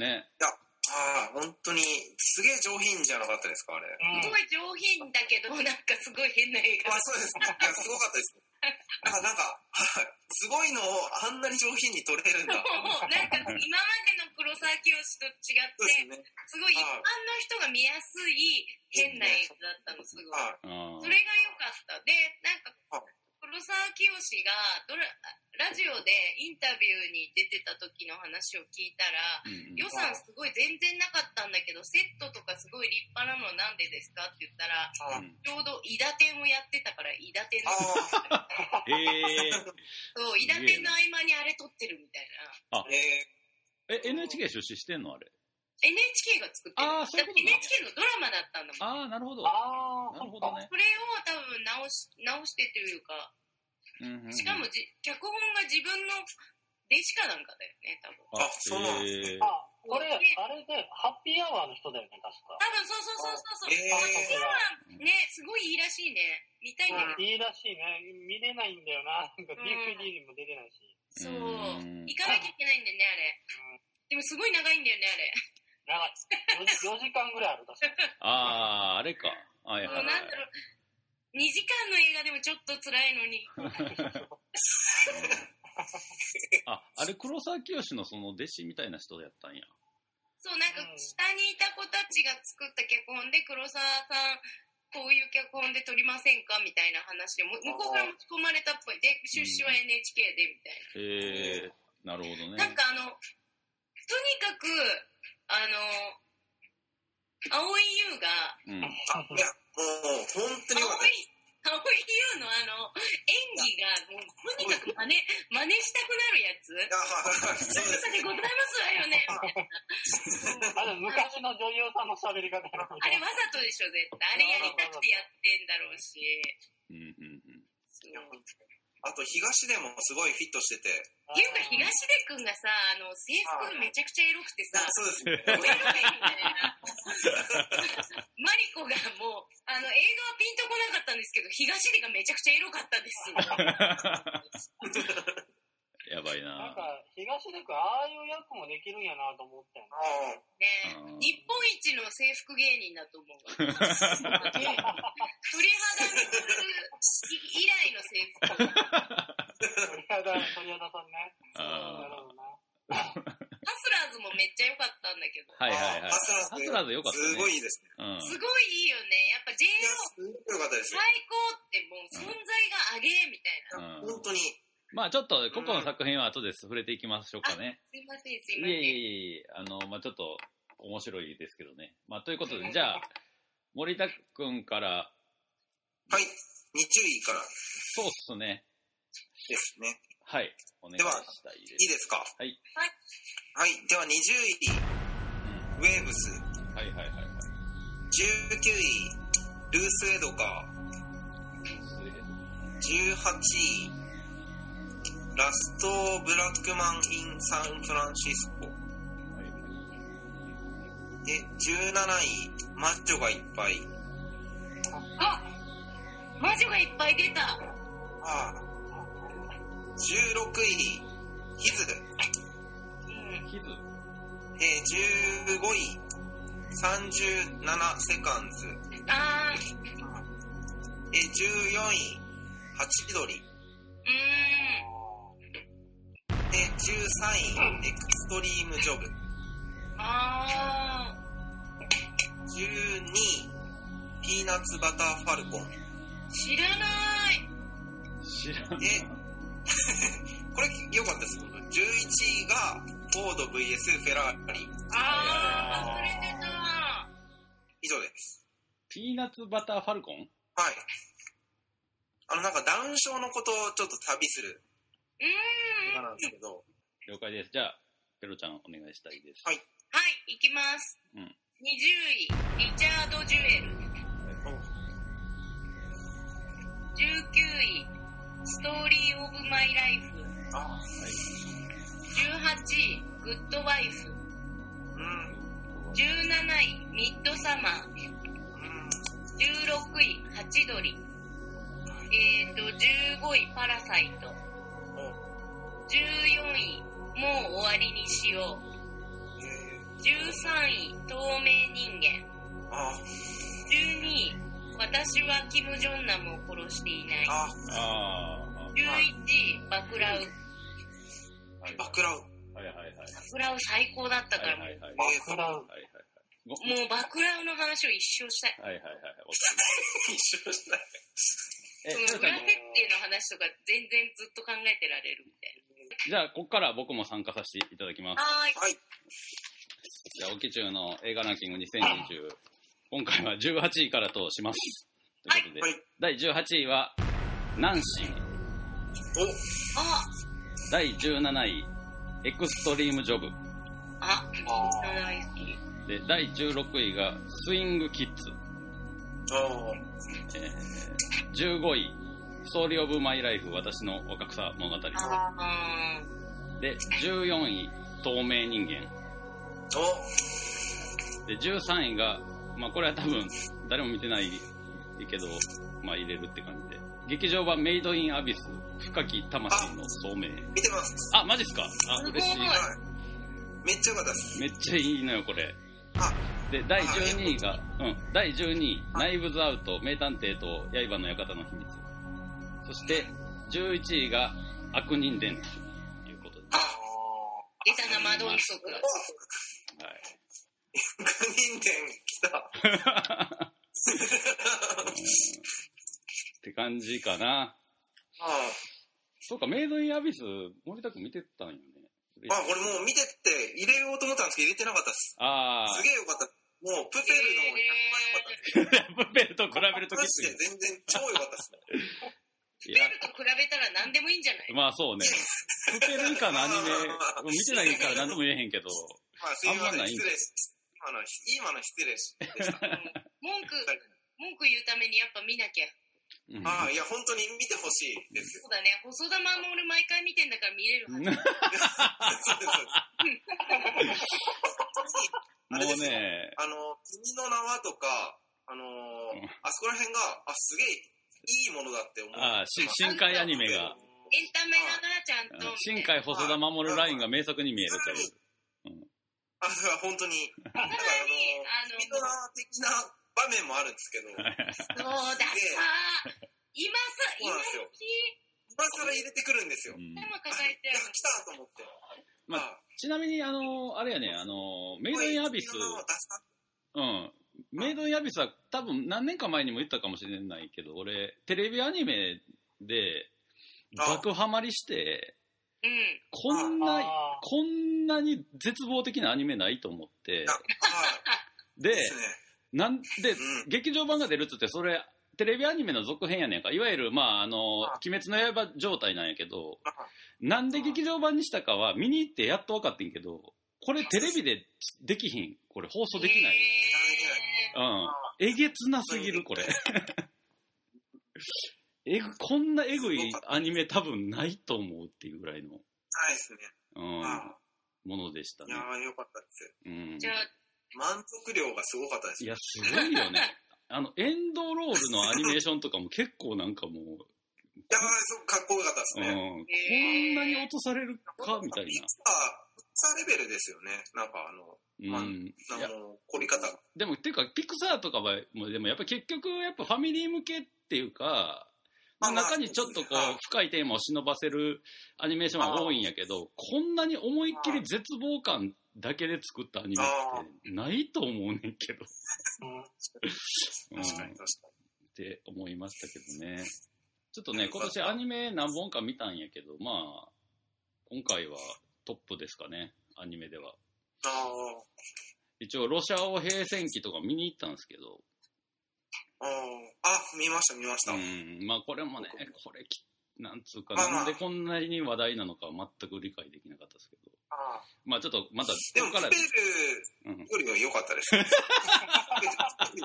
Speaker 1: ね。
Speaker 2: ああ、本当に、すげえ上品じゃなかったですか、あれ。
Speaker 4: う
Speaker 3: す
Speaker 4: ん
Speaker 3: ごい上品だけど、なんかすごい変な映画。
Speaker 2: あそうです。いや、すごかっ たです。なんか、なんか、 はいすごいのをあんなに上品に取れ るんだ。
Speaker 3: もうなんか今までの黒沢清と違っ
Speaker 2: そうです
Speaker 3: て、
Speaker 2: ね。
Speaker 3: すごい一般の人が見やすい変な映画だったの、すごい。
Speaker 2: はい。
Speaker 1: あ
Speaker 3: そ
Speaker 1: ー
Speaker 3: れが良かった。で、なんか
Speaker 2: はい、
Speaker 3: 黒沢清がドララジオでインタビューに出てた時の話を聞いたら、
Speaker 1: うんうん
Speaker 3: 予算すごい全然なかったんだけど、セットとかすごい立派なのはなんでですかって言ったら、
Speaker 2: あ
Speaker 1: うん
Speaker 3: ちょうど伊田店をやってたから、伊田店
Speaker 2: あ
Speaker 3: の、
Speaker 1: え
Speaker 3: そう、伊田店の合間にあれ撮ってるみたいな。
Speaker 2: ー、え
Speaker 1: ー、え、NHK 出資してんのあれ。
Speaker 3: NHK が作ってる。
Speaker 1: あーそうい
Speaker 3: だ
Speaker 1: う
Speaker 3: っ
Speaker 1: こ
Speaker 3: て
Speaker 1: とか
Speaker 3: NHK のドラマだったんだもん。
Speaker 1: あー、なるほど。な
Speaker 4: ああ。
Speaker 1: るほどね。
Speaker 3: これを多分直し、直してというか、
Speaker 1: うんうんうん
Speaker 3: しかも、じ、脚本が自分の弟子かなんかだよね、多分。
Speaker 2: あそうなんで
Speaker 1: えー
Speaker 4: あ、これ、あれで、ハッピーアワーの人だよね、
Speaker 3: 多
Speaker 4: 確
Speaker 3: 分、そうそうそうそうそう。
Speaker 2: えー
Speaker 3: ハッピーアワーね、すごいいいらしいね。見たいんだ
Speaker 4: か。
Speaker 3: けど。
Speaker 4: いいらしいね。見れないんだよな。なんか DVD にも出てないし。
Speaker 3: そう
Speaker 1: うん。
Speaker 3: 行かなきゃいけないんだよね、あれ。でもすごい長いんだよね、あれ。
Speaker 4: 長い。4, 時間ぐらいある、確か
Speaker 1: あー、あれか。はいはい
Speaker 3: も
Speaker 1: は
Speaker 3: う
Speaker 1: い
Speaker 3: なんだろう、2時間の映画でもちょっと辛いのに。
Speaker 1: あ、あれ黒沢清のその弟子みたいな人やったんや。
Speaker 3: そう、なんか
Speaker 4: うん
Speaker 3: 下にいた子たちが作った脚本で、黒沢さん、こういう脚本で撮りませんかみたいな話で、も向こうから持ち込まれたっぽい。で、出資は NHK で、みたい
Speaker 1: え
Speaker 3: な。
Speaker 1: ー、なるほどね。
Speaker 3: なんかあの、とにかく、あの、蒼井優が、
Speaker 1: うん。
Speaker 2: ー、いや、もう、本当
Speaker 3: 蒼
Speaker 2: によかった。
Speaker 3: 井、青井優のあの、演技が、もう、とにかく真似、真似したくなるやつ。
Speaker 2: あそう
Speaker 3: という ことでございますわよね。
Speaker 4: あの、昔の女優さんの喋り方が
Speaker 3: あれわざとでしょ、絶対。あれやりたくてやってんだろうし。
Speaker 1: うんうんうん。
Speaker 3: そうっ
Speaker 2: あと、東でもすごいフィットしてて。
Speaker 3: ていうか、東出くんがさ、あの、制服めちゃくちゃエロくてさ、
Speaker 2: そうですね。
Speaker 3: エロいみたいな。マリコがもう、あの、映画はピンとこなかったんですけど、東出がめちゃくちゃエロかったですよ。
Speaker 1: やばい
Speaker 4: なん
Speaker 1: な。
Speaker 4: か、東出君、ああいう役もできるんやなと思ったよね。
Speaker 2: ああ
Speaker 1: あ
Speaker 3: ね
Speaker 1: ー
Speaker 3: 日本一の制服芸人だと 思う。振り幅が以来の制服。
Speaker 4: 鳥肌、鳥肌さんね。なる
Speaker 1: あ
Speaker 4: ほどな。
Speaker 3: ハスラーズもめっちゃ良かったんだけど。
Speaker 1: あ。はいはいはい
Speaker 2: あ。
Speaker 1: ハ
Speaker 2: ハス
Speaker 1: ス
Speaker 2: ラ
Speaker 1: ラ
Speaker 2: ー
Speaker 1: ーズ
Speaker 2: ズ良
Speaker 1: 良
Speaker 2: か
Speaker 1: か
Speaker 2: っ
Speaker 1: ったたね
Speaker 2: ねすごいいいですね。
Speaker 1: うん。
Speaker 3: すごいいいよね。やっぱ JO
Speaker 2: いや、すごい良かったです
Speaker 3: 最
Speaker 2: よ。
Speaker 3: 高ってもう存在があげみたいな。
Speaker 1: うん
Speaker 2: 本当に。
Speaker 1: まあちょっと、個々の作品は後で触れていきましょうかね。
Speaker 3: すいません、す
Speaker 1: い
Speaker 3: い
Speaker 1: えいえ
Speaker 3: ません。
Speaker 1: いえいえ、あの、まあちょっと、面白いですけどね。まあということで、じゃあ、森田くんから、
Speaker 2: はい。日曜日から
Speaker 1: そうっすね。
Speaker 2: ですね。
Speaker 1: はい。お願いしたいで
Speaker 2: いい
Speaker 1: す。
Speaker 2: ですか
Speaker 1: はい。
Speaker 3: はい
Speaker 2: はい。では、20位、ウェーブス。
Speaker 1: うんはいはいはいはい。
Speaker 2: 19位、ルース・エドカー。18位、ラスト・ブラックマン・イン・サンフランシスコ。で、17位、マッチョがいっぱい。
Speaker 3: あ魔女がいっぱい出た。
Speaker 2: ああ16位、ヒズ。
Speaker 3: うん。
Speaker 1: ヒズ。
Speaker 2: えー、15位、37セカンズ。
Speaker 3: あー、
Speaker 2: えー、14位、ハチドリ。
Speaker 3: うー
Speaker 2: で、13位、エクストリームジョブ。
Speaker 3: ん。あ
Speaker 2: 12位、ピーナッツバターファルコン。
Speaker 3: ー、知らない。
Speaker 1: 知らん。
Speaker 2: で、これ良かったです、僕11位が、フォード VS フェラーリ。
Speaker 3: あー、忘れてた。
Speaker 2: 以上です。
Speaker 1: ピーナッツバターファルコン
Speaker 2: はい。あの、なんか、ダウン症のことをちょっと旅する
Speaker 3: うーん
Speaker 2: 映。画なんですけど、
Speaker 1: 了解です。じゃあ、ペロちゃんお願いしたいです。
Speaker 2: はい。
Speaker 3: はい、行きます。
Speaker 1: うん
Speaker 3: 20位、リチャード・ジュエル。19位、ストーリー・オブ・マイ・ライフ。
Speaker 2: あ、
Speaker 3: 18位、グッド・ワイフ。
Speaker 2: うん、
Speaker 3: 17位、ミッドサマー。
Speaker 2: うん、
Speaker 3: 16位、ハチドリ。えーと、15位、パラサイト。14位、もう終わりにしよう。
Speaker 2: え
Speaker 3: 13位、透明人間。
Speaker 2: ー、あ、
Speaker 3: 12位、私はキム・ジョンナムを殺していない。
Speaker 2: あ、
Speaker 1: ああ。
Speaker 3: 11位、バクラウ。
Speaker 1: はい
Speaker 2: バクラウ。
Speaker 1: はいはいはい。
Speaker 3: バクラウ最高だったか
Speaker 1: は
Speaker 3: ら、
Speaker 1: いはいはい。
Speaker 4: マクラウ。
Speaker 1: はいはいはい。
Speaker 3: もうバクラウの話を一生したい。
Speaker 1: はいはいはい。
Speaker 2: 一緒じゃない。
Speaker 1: え、
Speaker 3: そ
Speaker 1: ペロ
Speaker 3: の裏
Speaker 1: ちゃん
Speaker 3: 設定の話とか全然ずっと考えてられるみたい
Speaker 1: じゃあ、ここから僕も参加させていただきます
Speaker 3: な。。はーい。
Speaker 2: はい。
Speaker 1: じゃあ、沖中の映画ランキング2020。今回は18位からとします。ということで、
Speaker 2: はい
Speaker 1: 第18位は、ナンシー。
Speaker 3: あ、
Speaker 1: 第17位、エクストリームジョブ。
Speaker 3: あ、
Speaker 4: あー
Speaker 3: 大好き。
Speaker 1: で、第16位が、スイングキッズ。
Speaker 2: お、おー、
Speaker 1: えー15位、ストーリーオブマイライフ、私の若草物語。
Speaker 3: あー
Speaker 1: で、14位、透明人間。
Speaker 2: お、
Speaker 1: で、13位が、まあこれは多分、誰も見てないけど、まあ入れるって感じで。劇場版メイドインアビス、深き魂の聡明。
Speaker 2: 見てます。
Speaker 1: あ、マジっすかあ、
Speaker 3: すごい
Speaker 1: 嬉しい。
Speaker 2: はい。めっちゃ良かったです。
Speaker 1: めっちゃいいのよ、これ。
Speaker 2: あ
Speaker 1: で、第12位が、うん、第12位、ナイブズアウト、名探偵と刃の館の秘密。そして、11位が、悪人伝説ということで。
Speaker 3: あ 出たな、マドンソク。
Speaker 1: はい。
Speaker 2: 確認店来た。
Speaker 1: って感じかな。
Speaker 2: ああ。
Speaker 1: そうか、メイドインアビス、森田君見てたんよね。
Speaker 2: まあ、これもう見てて、入れようと思ったんですけど、入れてなかったです。
Speaker 1: あ
Speaker 2: すげえ良かった。もう、プペルの100倍良かったです。
Speaker 1: ー、プペルと比べるとききすぎ
Speaker 2: いや、全然超良か ったっすね。
Speaker 1: い
Speaker 3: ベ
Speaker 1: や、
Speaker 3: ルと比べたら何でもいいんじゃない、
Speaker 1: まあそうね。スペル以下のアニメ、見てないから何とも言えへんけど、
Speaker 2: まあ、すいませ
Speaker 1: あんま
Speaker 2: ん、
Speaker 1: ない
Speaker 2: 失礼し、今の、今の失礼しでした。
Speaker 3: 文句、文句言うためにやっぱ見なきゃ。
Speaker 1: うん
Speaker 2: ああ、いや、本当に見てほしいです よ。
Speaker 3: そうだね、細田守俺毎回見てんだから見れるはず。
Speaker 2: そうです
Speaker 1: もうね、
Speaker 2: あの、君の名はとか、あのーあそこら辺が、あ、すげえ、いいものだって思う。
Speaker 1: ああし深海アニメが、
Speaker 3: エンタメだな、ちゃん
Speaker 1: う
Speaker 3: と
Speaker 1: ん。
Speaker 3: み
Speaker 1: 新
Speaker 3: たいな
Speaker 1: 海細田守るラインが名作に見えるという。
Speaker 2: あ、それは本当に。だから、あ
Speaker 3: さらに、あの
Speaker 2: の、君、の名は的な場面もあるんですけど、
Speaker 3: そ
Speaker 2: 今
Speaker 3: うださ、今さ、
Speaker 2: そう
Speaker 3: 今
Speaker 2: なんですよ
Speaker 3: 好き、
Speaker 2: 更入れてくるんですよ。
Speaker 1: うん
Speaker 3: 頭抱
Speaker 2: あ
Speaker 3: えちゃう。
Speaker 2: 来たと思って。
Speaker 1: まあ
Speaker 2: あ、
Speaker 1: ちなみに、あの、あれやね、あの、メイドインアビス、
Speaker 2: 君の名は出さ
Speaker 1: うん。メイドインアビスは多分何年か前にも言ったかもしれないけど、俺、テレビアニメで
Speaker 2: あ
Speaker 1: 爆ハマりして、
Speaker 3: うん。
Speaker 1: こん
Speaker 4: あ
Speaker 1: な、こんなに絶望的なアニメないと思って、
Speaker 2: なはい。
Speaker 1: で、
Speaker 2: ですね。
Speaker 1: なんで、
Speaker 2: う
Speaker 1: 劇場版が出るっつって、それ、テレビアニメの続編やねんか。いわゆる、まあ、あの、
Speaker 2: あ
Speaker 1: 鬼滅の刃状態なんやけど、
Speaker 2: あ
Speaker 1: なんで劇場版にしたかは見に行ってやっと分かってんけど、これテレビでできひん。これ放送できない。
Speaker 3: へー
Speaker 1: うん。えげつなすぎる、これ。えぐ、こんなえぐいアニメ多分ないと思うっていうぐらいの、
Speaker 2: はいですね。
Speaker 1: うん、
Speaker 2: あ
Speaker 1: ものでした
Speaker 2: い
Speaker 1: ね
Speaker 2: や。ー、よかったです。
Speaker 1: うん。
Speaker 3: じゃあ、
Speaker 2: 満足量がすごかったです
Speaker 1: い。や、すごいよね。 あの、エンドロールのアニメーションとかも結構なんかもう、
Speaker 2: いやー、そうかっこよかったです
Speaker 1: うん、
Speaker 2: ね。
Speaker 1: こんなに落とされるかみたい
Speaker 2: ピッツァ、ピッツァレベルですよね。なんかあの、
Speaker 1: な。うん。い
Speaker 2: あ
Speaker 1: や、
Speaker 2: の、凝り方が。
Speaker 1: でも、っていうか、ピクサーとかは、もうでもやっぱ結局、やっぱファミリー向けっていうか、
Speaker 2: まあまあ
Speaker 1: 中にちょっとこう
Speaker 2: そうですね、
Speaker 1: 深いテーマを忍ばせるアニメーションは多いんやけど、こんなに思いっきり絶望感だけで作ったアニメってないと思うねんけど、
Speaker 4: うん
Speaker 1: うん、っ
Speaker 2: 確かに確か
Speaker 1: て思いましたけどね。ちょっとね、今年アニメ何本か見たんやけど、まあ、今回はトップですかね、アニメでは。
Speaker 2: に。あ
Speaker 1: 一応、ロシアを平戦記とか見に行ったんですけど、
Speaker 2: あ、ああ、あ、見ました見ました。
Speaker 1: うん、まあこれもね、これき、なんつうか、
Speaker 2: まあま
Speaker 1: な
Speaker 2: あ
Speaker 1: んでこんなに話題なのか全く理解できなかったですけど、
Speaker 2: ああ
Speaker 1: まあちょっとまた、こ
Speaker 2: でも、
Speaker 1: こから
Speaker 2: プ、ペ
Speaker 1: うん、
Speaker 2: ルよりは良かったです。プ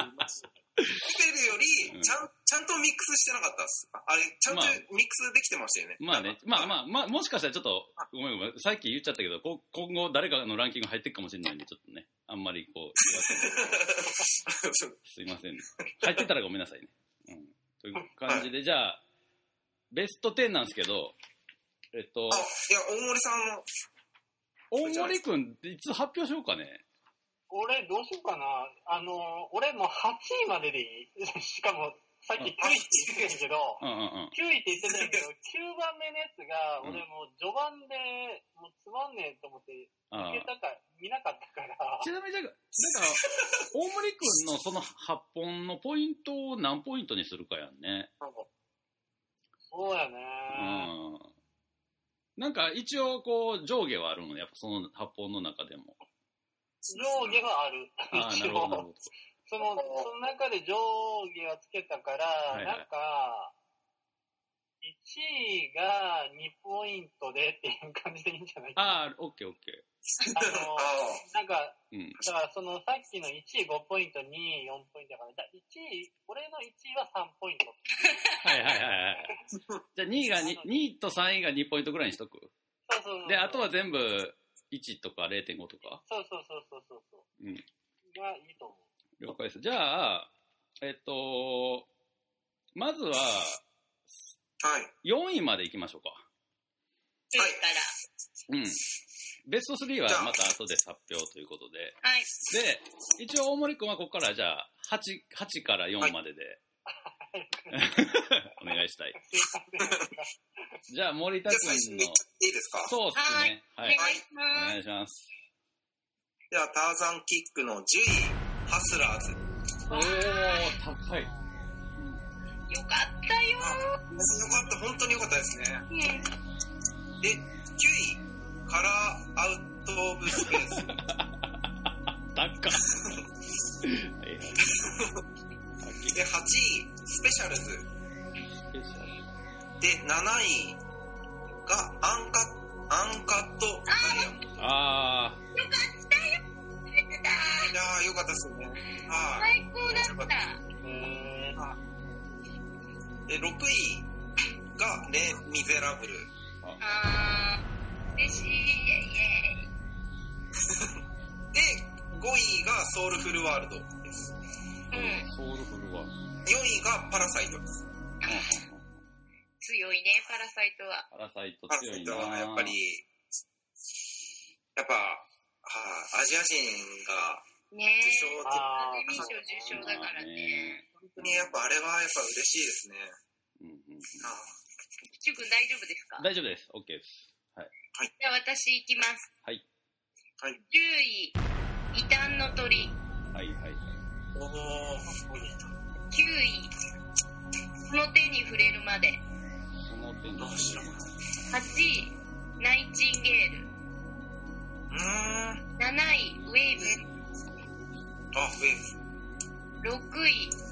Speaker 2: ペルよ
Speaker 1: う
Speaker 2: り
Speaker 1: ん
Speaker 2: ちゃん、ちゃんとミックスしてなかったです。ああれ、ちゃんと
Speaker 1: まあ
Speaker 2: ミックスできてましたよね。
Speaker 1: まあね、まあ
Speaker 2: あ。
Speaker 1: まあ、まあ、もしかしたらちょっと、ごめんごめん、さっき言っちゃったけど、こ今後誰かのランキング入ってくかもしれないんで、ちょっとね、あんまりこう、すいません、入ってたらごめんなさいね。うん、という感じで、じゃあ、ベスト10なんですけど、えっと
Speaker 2: あ、、いや、大森さんの、
Speaker 1: 大森くん、いつ発表しようかね。
Speaker 4: 俺、どうしようかな。あの、俺もう8位まででいい。 しかも、さっき9位って言ってたけど、
Speaker 1: うんうんうん。
Speaker 4: 9位って言ってた けど、9番目のやつが、俺もう序盤で、もうつまんねえと思って、
Speaker 1: あ
Speaker 4: 見
Speaker 1: ー
Speaker 4: けたか、見なかったから、
Speaker 1: ちなみにじゃあ、だから、大森くんのその8本のポイントを何ポイントにするかやんね。
Speaker 2: なんか
Speaker 4: そうや
Speaker 1: う
Speaker 4: ね。
Speaker 1: ん。なんか一応こう上下はあるのね、やっぱその8本の中でも。
Speaker 4: 上下はある。
Speaker 1: ああ、な
Speaker 4: 一
Speaker 1: るほど、なる
Speaker 4: 応。
Speaker 1: ほ
Speaker 4: その、その中で上下をつけたから、
Speaker 1: いはい
Speaker 4: なんか、1位が2ポイントでっていう感じでいいんじゃない
Speaker 1: ど。
Speaker 4: かな。
Speaker 1: ああ、オッケーオッケ
Speaker 4: あの
Speaker 2: あ
Speaker 4: なんか、
Speaker 1: ー。うん。
Speaker 4: だからそのさっきの1位5ポイント、2位4ポイントだから、だ1位、俺の1位は3ポイント。
Speaker 1: はいはいはいはい。じゃあ2位が2、2位と3位が2ポイントぐらいにしとく。
Speaker 4: そうそうそうそう。
Speaker 1: で、あとは全部1とか0.5とか。
Speaker 4: そうそうそうそうそうそう。
Speaker 1: うん
Speaker 4: がいいと思う。
Speaker 1: 了解です。じゃあ、えっと、まずは
Speaker 2: はい。
Speaker 1: 4位まで行きましょうか。
Speaker 3: ついたら。
Speaker 1: うん。ベスト3はまた後で発表ということで。
Speaker 3: はい。
Speaker 1: で、一応大森くんはここからじゃあ、8、8から4まで で、お願いしたい。じゃあ森田
Speaker 2: じゃ
Speaker 1: く
Speaker 2: あ最初
Speaker 1: ん
Speaker 2: に
Speaker 1: の
Speaker 2: 言っ、ちゃっていいですか
Speaker 1: そうっすね。
Speaker 3: お
Speaker 1: は
Speaker 3: 願い
Speaker 1: い。お
Speaker 3: し
Speaker 1: 願いしま
Speaker 3: ます。
Speaker 1: す。
Speaker 2: では、ターザンキックの10位、ハスラーズ。
Speaker 1: おー、高い。
Speaker 3: よかったよ
Speaker 2: よかった、本当によかったですね。
Speaker 3: ー。ね
Speaker 2: で、9位、カラーアウトオブスペース。
Speaker 1: 高っ。はいはい
Speaker 2: で、8位、スペシャルズ。
Speaker 1: スペシャル
Speaker 2: で、7位がアンカ、アンカットダイヤモンド。
Speaker 1: あ
Speaker 2: いやー、よかったですよね。はい。
Speaker 3: 最高だった。
Speaker 4: えー、
Speaker 2: で、6位がレ・ミゼラブル。
Speaker 3: あー、嬉しい。イエイイエイ。
Speaker 2: で、5位がソウルフルワールドです。
Speaker 3: うん。
Speaker 1: ー、ソウルフルワールド。
Speaker 2: 4位がパラサイトです。
Speaker 3: 強いね、パラサイトは。
Speaker 1: パラサイト
Speaker 2: パラ
Speaker 1: 強
Speaker 2: サイ
Speaker 1: い
Speaker 2: ト
Speaker 1: な
Speaker 2: はやっぱり、やっぱ、はいアジア人が
Speaker 3: ね
Speaker 2: 受賞
Speaker 3: え。
Speaker 2: って、本
Speaker 3: ア
Speaker 4: あ
Speaker 3: カデミー
Speaker 4: ー
Speaker 3: 賞受賞だからね。
Speaker 2: 当にやっぱあれはやっぱ嬉しいですね。
Speaker 1: うんうんうん
Speaker 2: あ
Speaker 3: チュくん大丈夫ですか
Speaker 1: 大丈夫です。OK です。はい。
Speaker 3: じゃあ私行きます。
Speaker 1: はい。
Speaker 2: はい。
Speaker 3: 10位、異端の鳥。
Speaker 1: はいはい。
Speaker 2: おお
Speaker 3: 9位、その手に触れるまで。
Speaker 1: その点
Speaker 2: どうしよう。
Speaker 3: 8位、ナイチンゲール。
Speaker 2: うーん。あ、
Speaker 3: 7位、ウェー
Speaker 2: ウェーブ。
Speaker 3: ブ。6位、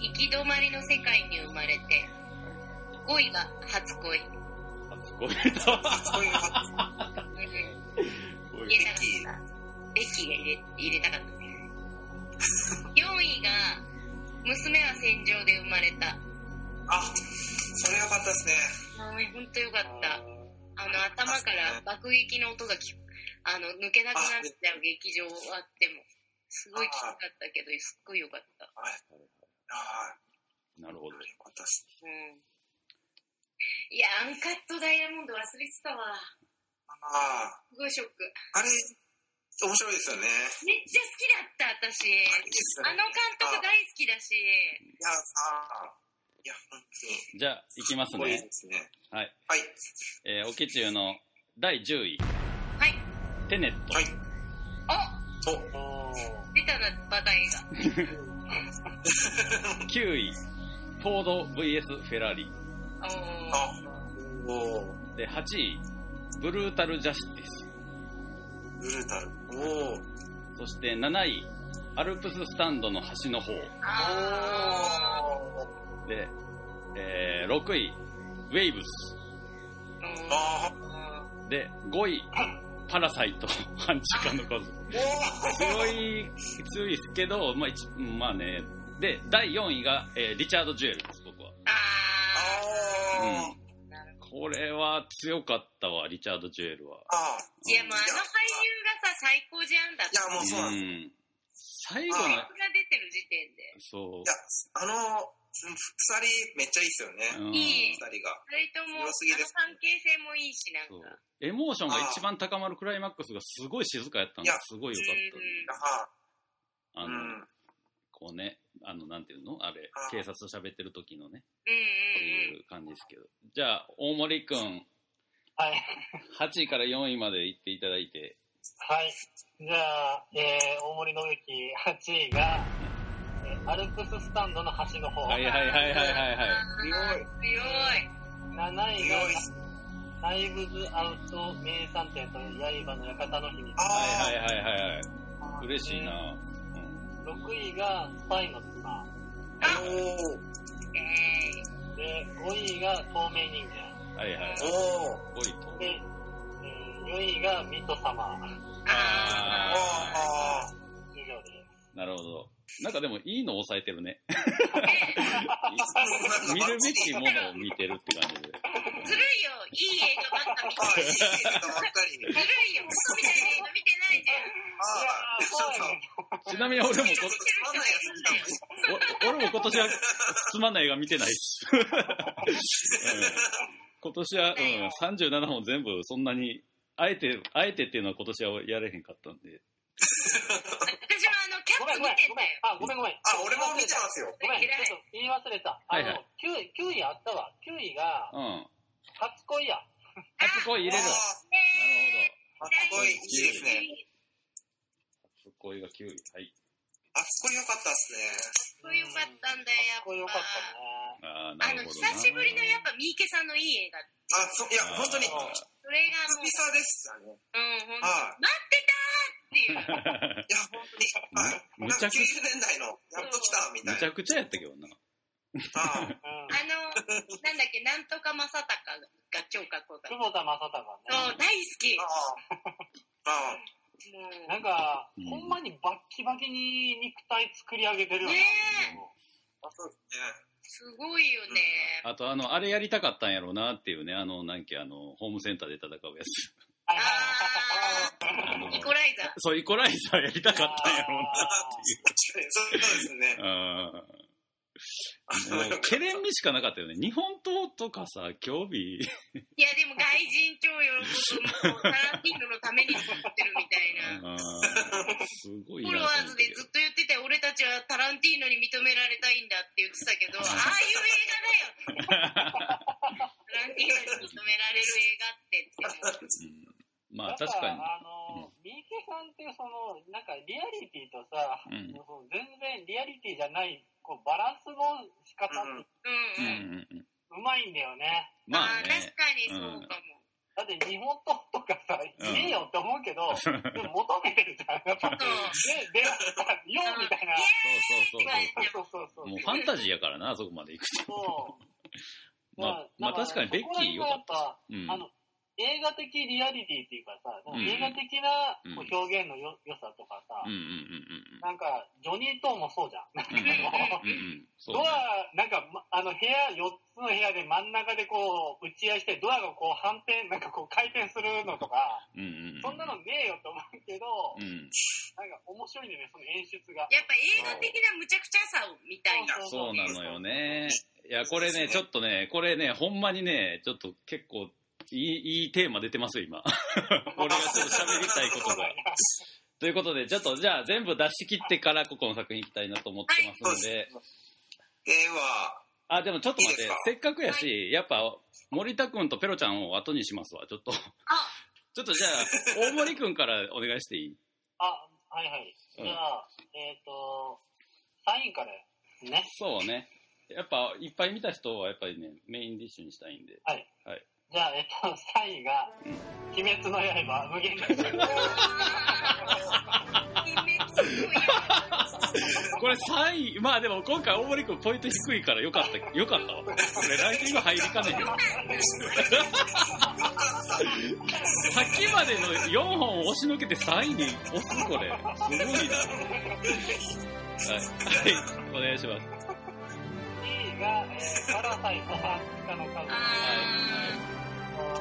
Speaker 3: 行き止まりの世界に生まれて。5位は、初恋。
Speaker 1: 初恋だ。
Speaker 2: そういう発
Speaker 3: 入れたかった。ベッキーが入れ入れたかった。4位が、娘は戦場で生まれた。
Speaker 2: あ、それよかったですね。
Speaker 3: あー本当よかった。
Speaker 4: あ
Speaker 3: あの、頭から爆撃の音がきあの、抜けなくなっちゃう劇場あっても。すごいきつかったけど、すっごいよかった。
Speaker 2: はい。はい。
Speaker 1: なるほど。
Speaker 2: よかったです。
Speaker 3: うん。いや、アンカットダイヤモンド忘れてたわ。
Speaker 2: あ
Speaker 3: すごいショック。
Speaker 2: あ、あれ、面白いですよね。
Speaker 3: めっちゃ好きだった、私。
Speaker 2: あれいいですよ
Speaker 3: あの
Speaker 2: ね。
Speaker 3: 監督大好きだし。
Speaker 2: いや、あーいや、本当
Speaker 1: じゃあ、いきます
Speaker 2: に、こい
Speaker 1: ね
Speaker 2: いで。すね。
Speaker 1: はい。
Speaker 2: はい。
Speaker 1: えー、オケチュウの第10位、
Speaker 3: はい。
Speaker 1: テネット。
Speaker 2: はい。
Speaker 3: お
Speaker 2: お、
Speaker 4: おー
Speaker 3: 出たな、バタイが。
Speaker 1: 9位、フォード VS フェラーリ。
Speaker 3: おー
Speaker 2: あ、おー
Speaker 1: で、8位、ブルータルジャスティス。
Speaker 2: ブルータル。おー
Speaker 1: そして7位、アルプススタンドの端の方。
Speaker 3: あ
Speaker 1: で、えー、6位、ウェイブス。
Speaker 3: ーあ
Speaker 2: あー
Speaker 3: ー
Speaker 1: で、5位、パラサイト、 半地下の数。
Speaker 2: おー
Speaker 1: 強い、強いですけど、まあ、一まあね。で、第4位が、えーリチャード・ジュエルです、僕は。
Speaker 3: あ
Speaker 2: あー
Speaker 3: ーなるほど
Speaker 1: これは強かったわ、リチャード・ジュエルは。
Speaker 2: あー
Speaker 3: いやもうあの俳優がさ最高じゃんだって
Speaker 2: いや、もうそうなんです。
Speaker 1: ん。最後
Speaker 3: セ
Speaker 1: の
Speaker 3: リ、フが出てる時点で
Speaker 1: そ
Speaker 2: いや、あの、鎖めっちゃいいっすよね。
Speaker 1: う。うん
Speaker 2: 二
Speaker 3: いい
Speaker 2: 人が。
Speaker 3: それともあの
Speaker 2: 強すぎです
Speaker 3: 関係性もいいしなん
Speaker 1: そう
Speaker 3: か
Speaker 1: エモーションが一番高まるクライマックスがすごい静かやったの
Speaker 2: い
Speaker 1: が
Speaker 2: や
Speaker 1: すごい良かっ
Speaker 2: あ
Speaker 1: た。
Speaker 2: あ、
Speaker 1: あ
Speaker 2: う
Speaker 1: の、
Speaker 2: ん。
Speaker 1: こうね、あの、なんていうのあれ
Speaker 2: あ、ー
Speaker 1: 警察と喋ってる時のね、
Speaker 3: う
Speaker 1: こ
Speaker 3: ん
Speaker 1: う
Speaker 3: うんうん
Speaker 1: いう感じですけど。じゃあ、大森くん、
Speaker 4: はい。
Speaker 1: 8位から4位まで行っていただいて、
Speaker 4: はい。じゃあ、えー、大森の駅8位が、えーアルプススタンドの端の方。
Speaker 1: はいはいはいはいはいはい。
Speaker 3: あー強い
Speaker 4: 7位が
Speaker 2: 強いっす。
Speaker 4: ライブズアウト名産店という刃の館の秘密。
Speaker 1: は
Speaker 2: あ
Speaker 1: いはいはいはいはい。
Speaker 4: あ
Speaker 1: 嬉しいな。
Speaker 4: 6位がスパイの妻。
Speaker 2: あ、おー
Speaker 3: えー
Speaker 4: で、5位が透明人間。
Speaker 1: うん。はいはい。す
Speaker 2: おー
Speaker 1: ごいと。
Speaker 4: で、えー4位がミト様。
Speaker 3: あー
Speaker 2: ああ、
Speaker 4: 以上です。
Speaker 1: なるほど。なんかでもいいの抑えてるね。
Speaker 3: ね
Speaker 1: 見るべきものを見てるって感じで。
Speaker 3: ずるいよいい映画ばっか見
Speaker 2: ああ、
Speaker 3: て
Speaker 2: いいネタばっかり。
Speaker 3: ずるいよ嘘みたいな映画見てないじゃん
Speaker 2: ああ、ちょっと、
Speaker 1: ちなみに俺もこ
Speaker 2: ちょっとつまんないやつ見たもんね。
Speaker 1: お俺も今年はつまんない映画見てないし、うん今年は、うん、37本全部そんなに、あえて、あえてっていうのは今年はやれへんかったんで。
Speaker 3: 私もあのキャ
Speaker 4: ご
Speaker 3: ッ
Speaker 4: めん
Speaker 3: プ
Speaker 4: ご
Speaker 3: 見てんだ よ。
Speaker 4: めんごめんあ、ごめんごめん。
Speaker 2: あ、俺も見てますよ。
Speaker 4: ごめん、ちょっと言い忘れた。あ
Speaker 1: はいは
Speaker 4: の、9位、9位あったわ。9位が
Speaker 1: う、ん。
Speaker 4: 初恋や。
Speaker 1: 初恋入れる。な
Speaker 2: あ
Speaker 1: るほ
Speaker 2: あ、
Speaker 3: あ
Speaker 2: 初恋いいですね。
Speaker 1: ど。初恋が9位。はい。
Speaker 2: あ、初恋よかったですね。
Speaker 3: こよかったんだよ、やっ
Speaker 4: 初恋よかったね。
Speaker 1: ああ、な
Speaker 3: ぱ。あ
Speaker 1: る
Speaker 3: の、
Speaker 1: ほど
Speaker 3: 久
Speaker 1: な。
Speaker 3: しぶりのやっぱ、三池さんのいい映画。
Speaker 2: あ、そ、いや、本当に、久
Speaker 1: あ
Speaker 2: 々
Speaker 3: それがもう、
Speaker 2: ですよね。
Speaker 3: うん、ほんと
Speaker 2: は
Speaker 3: 待ってたーっていう。
Speaker 1: ー
Speaker 2: い。いや、本当に、はい。なんか90年代の、やっと来た、みた
Speaker 1: む
Speaker 2: い
Speaker 1: ち
Speaker 2: な。
Speaker 1: ゃくちゃやったけどな。
Speaker 2: ああ、
Speaker 4: う
Speaker 3: あ
Speaker 4: ん。
Speaker 3: の、なんだっけ、なんとか正隆が超かっこよかっ
Speaker 4: 久保田正
Speaker 3: た。そう
Speaker 4: 尚、ね。
Speaker 3: 大好き。
Speaker 2: ああ、ああ、
Speaker 3: も
Speaker 4: なんか、
Speaker 1: うん
Speaker 4: ほんまにバッキバキに肉体作り上げてるよね。
Speaker 3: ね
Speaker 2: あそうですね。
Speaker 3: う、すごいよね。
Speaker 1: あと、あの、あれやりたかったんやろうなっていうね、あの、なんけ、あの、ホームセンターで戦うやつ。
Speaker 4: あ
Speaker 3: あ
Speaker 1: あの
Speaker 3: ー、イコライザー。
Speaker 1: そう、イコライザーやりたかったんやろうな
Speaker 2: 確かに、そうですね。
Speaker 1: うん。もうケレン味しかなかったよね。日本刀とかさ、興味。
Speaker 3: いや、でも外人超喜ぶと思う。タランティーノのために作ってるみたいな。
Speaker 1: うんすごい
Speaker 3: フォ
Speaker 1: な
Speaker 3: ロ
Speaker 1: と
Speaker 3: ワー
Speaker 1: 思った
Speaker 3: ズ
Speaker 1: け
Speaker 3: で
Speaker 1: ど
Speaker 3: ずっと言ってて、俺たちはタランティーノに認められたいんだって言ってたけど、ああいう映画だよタランティーノに認められる映画ってって。
Speaker 1: うんまあ、確かに。
Speaker 4: あの、三池さんってその、なんかリアリティとさ、
Speaker 1: うん
Speaker 4: もう全然リアリティじゃない、こう、バランスの仕方って
Speaker 1: う
Speaker 3: うん
Speaker 1: う
Speaker 3: んうん。
Speaker 1: んうん。
Speaker 4: うまいんだよね。
Speaker 1: まあ
Speaker 3: あー確
Speaker 1: ね。
Speaker 3: かにそうかも。
Speaker 4: だって日本刀とかさ、
Speaker 1: うん
Speaker 4: いいよって思うけ ど、でも求めてるじゃん。やっぱ、ね、で、よみたいな。
Speaker 1: そうそうそうそ。
Speaker 4: そうそうそうう。
Speaker 1: もうファンタジーやからな、あそこまで行くと。
Speaker 4: そう。。
Speaker 1: まあ、まあ確かにベッキーよかった
Speaker 4: そこら
Speaker 1: た。う
Speaker 4: 辺
Speaker 1: ん
Speaker 4: がやっぱあ。の、映画的リアリティっていうかさ、
Speaker 1: うん
Speaker 4: 映画的な
Speaker 1: うん
Speaker 4: こう表現のよ良さとかさ、
Speaker 1: うんうん
Speaker 4: なんか、ジョニー・トーもそうじゃん。なんか
Speaker 1: うんうん。うん
Speaker 4: こう
Speaker 1: うんうん。そう
Speaker 4: ド。ア、なんか、まあの、部屋、4つの部屋で真ん中でこう、打ち合いして、ドアがこう、反転、なんかこう、回転するのとか、
Speaker 1: うんうんうん。
Speaker 4: そんなのねえよと思うけど、
Speaker 1: うん。
Speaker 4: なんか面白いんだよね、その演出が。
Speaker 3: やっぱ映画的な無茶苦茶さを見たいな。
Speaker 1: そうなのよね。いや、これね、ちょっとね、これね、ほんまにね、ちょっと結構、いい、いいテーマ出てますよ、今。俺がちょっと喋りたいことが。ということで、ちょっと、じゃあ全部出し切ってから、ここの作品行きたいなと思ってますので。
Speaker 2: では、
Speaker 1: あ、でもちょっと待って、
Speaker 2: いいですか
Speaker 1: せっかくやし、やっぱ、森田くんとペロちゃんを後にしますわ、ちょっと。
Speaker 3: あ、
Speaker 1: ちょっとじゃあ、大森くんからお願いしていい
Speaker 4: あ、はいはい。じゃあ、えっ、と、サインからですね。
Speaker 1: そうね。やっぱ、いっぱい見た人は、やっぱりね、メインディッシュにしたいんで。
Speaker 4: じゃあ、えっ、と、サインが、鬼滅の刃、無限列車。
Speaker 3: 鬼滅の刃。
Speaker 1: これ3位、まあでも今回大森くんポイント低いからよかった、よかったわ。これランキング入りかねえよ。さっきまでの4本を押し抜けて3位に押すこれ。すごいな。はい、はい、お願いします。
Speaker 4: 2位が、えー、パラサイト半地下の家
Speaker 3: あー
Speaker 4: 族。